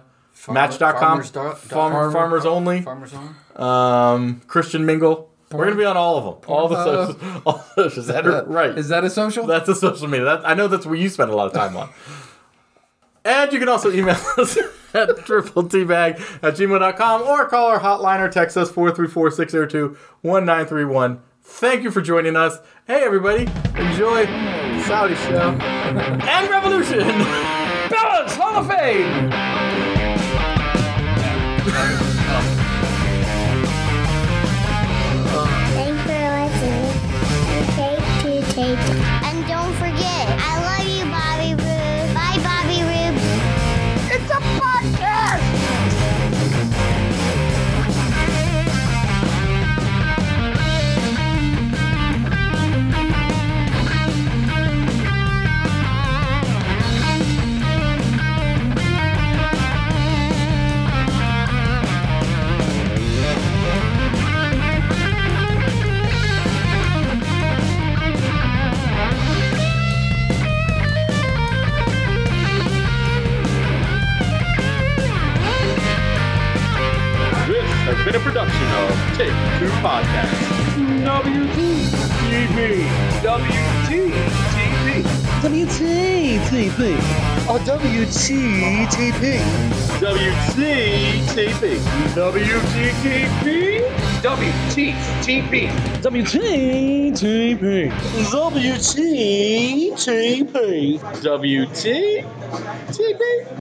Speaker 2: Match.com,
Speaker 4: farmers dot-
Speaker 2: farmers,
Speaker 4: dot-
Speaker 2: farmers, Only,
Speaker 4: Farmers on.
Speaker 2: um, Christian Mingle. We're going to be on all of them. all the socials. All the socials. Is that right?
Speaker 3: Is that a social?
Speaker 2: That's a social media. That, I know that's what you spend a lot of time on. And you can also email us at tripletbag at gmail.com or call our hotline or text us 434 602 1931. Thank you for joining us. Hey, everybody, enjoy Saudi show and revolution.
Speaker 3: Balance Hall of Fame!
Speaker 10: Thanks for listening. Take two, take two. And don't forget, I love you, Bobby Roo. Bye, Bobby Roo. It's a podcast!
Speaker 11: This has been a production of Take Two Podcast. WTTP. WTTP.
Speaker 12: WTTP or WTTP.
Speaker 11: WTTP. WTTP. WTTP.
Speaker 12: WTTP. WTTP.
Speaker 11: WTTP.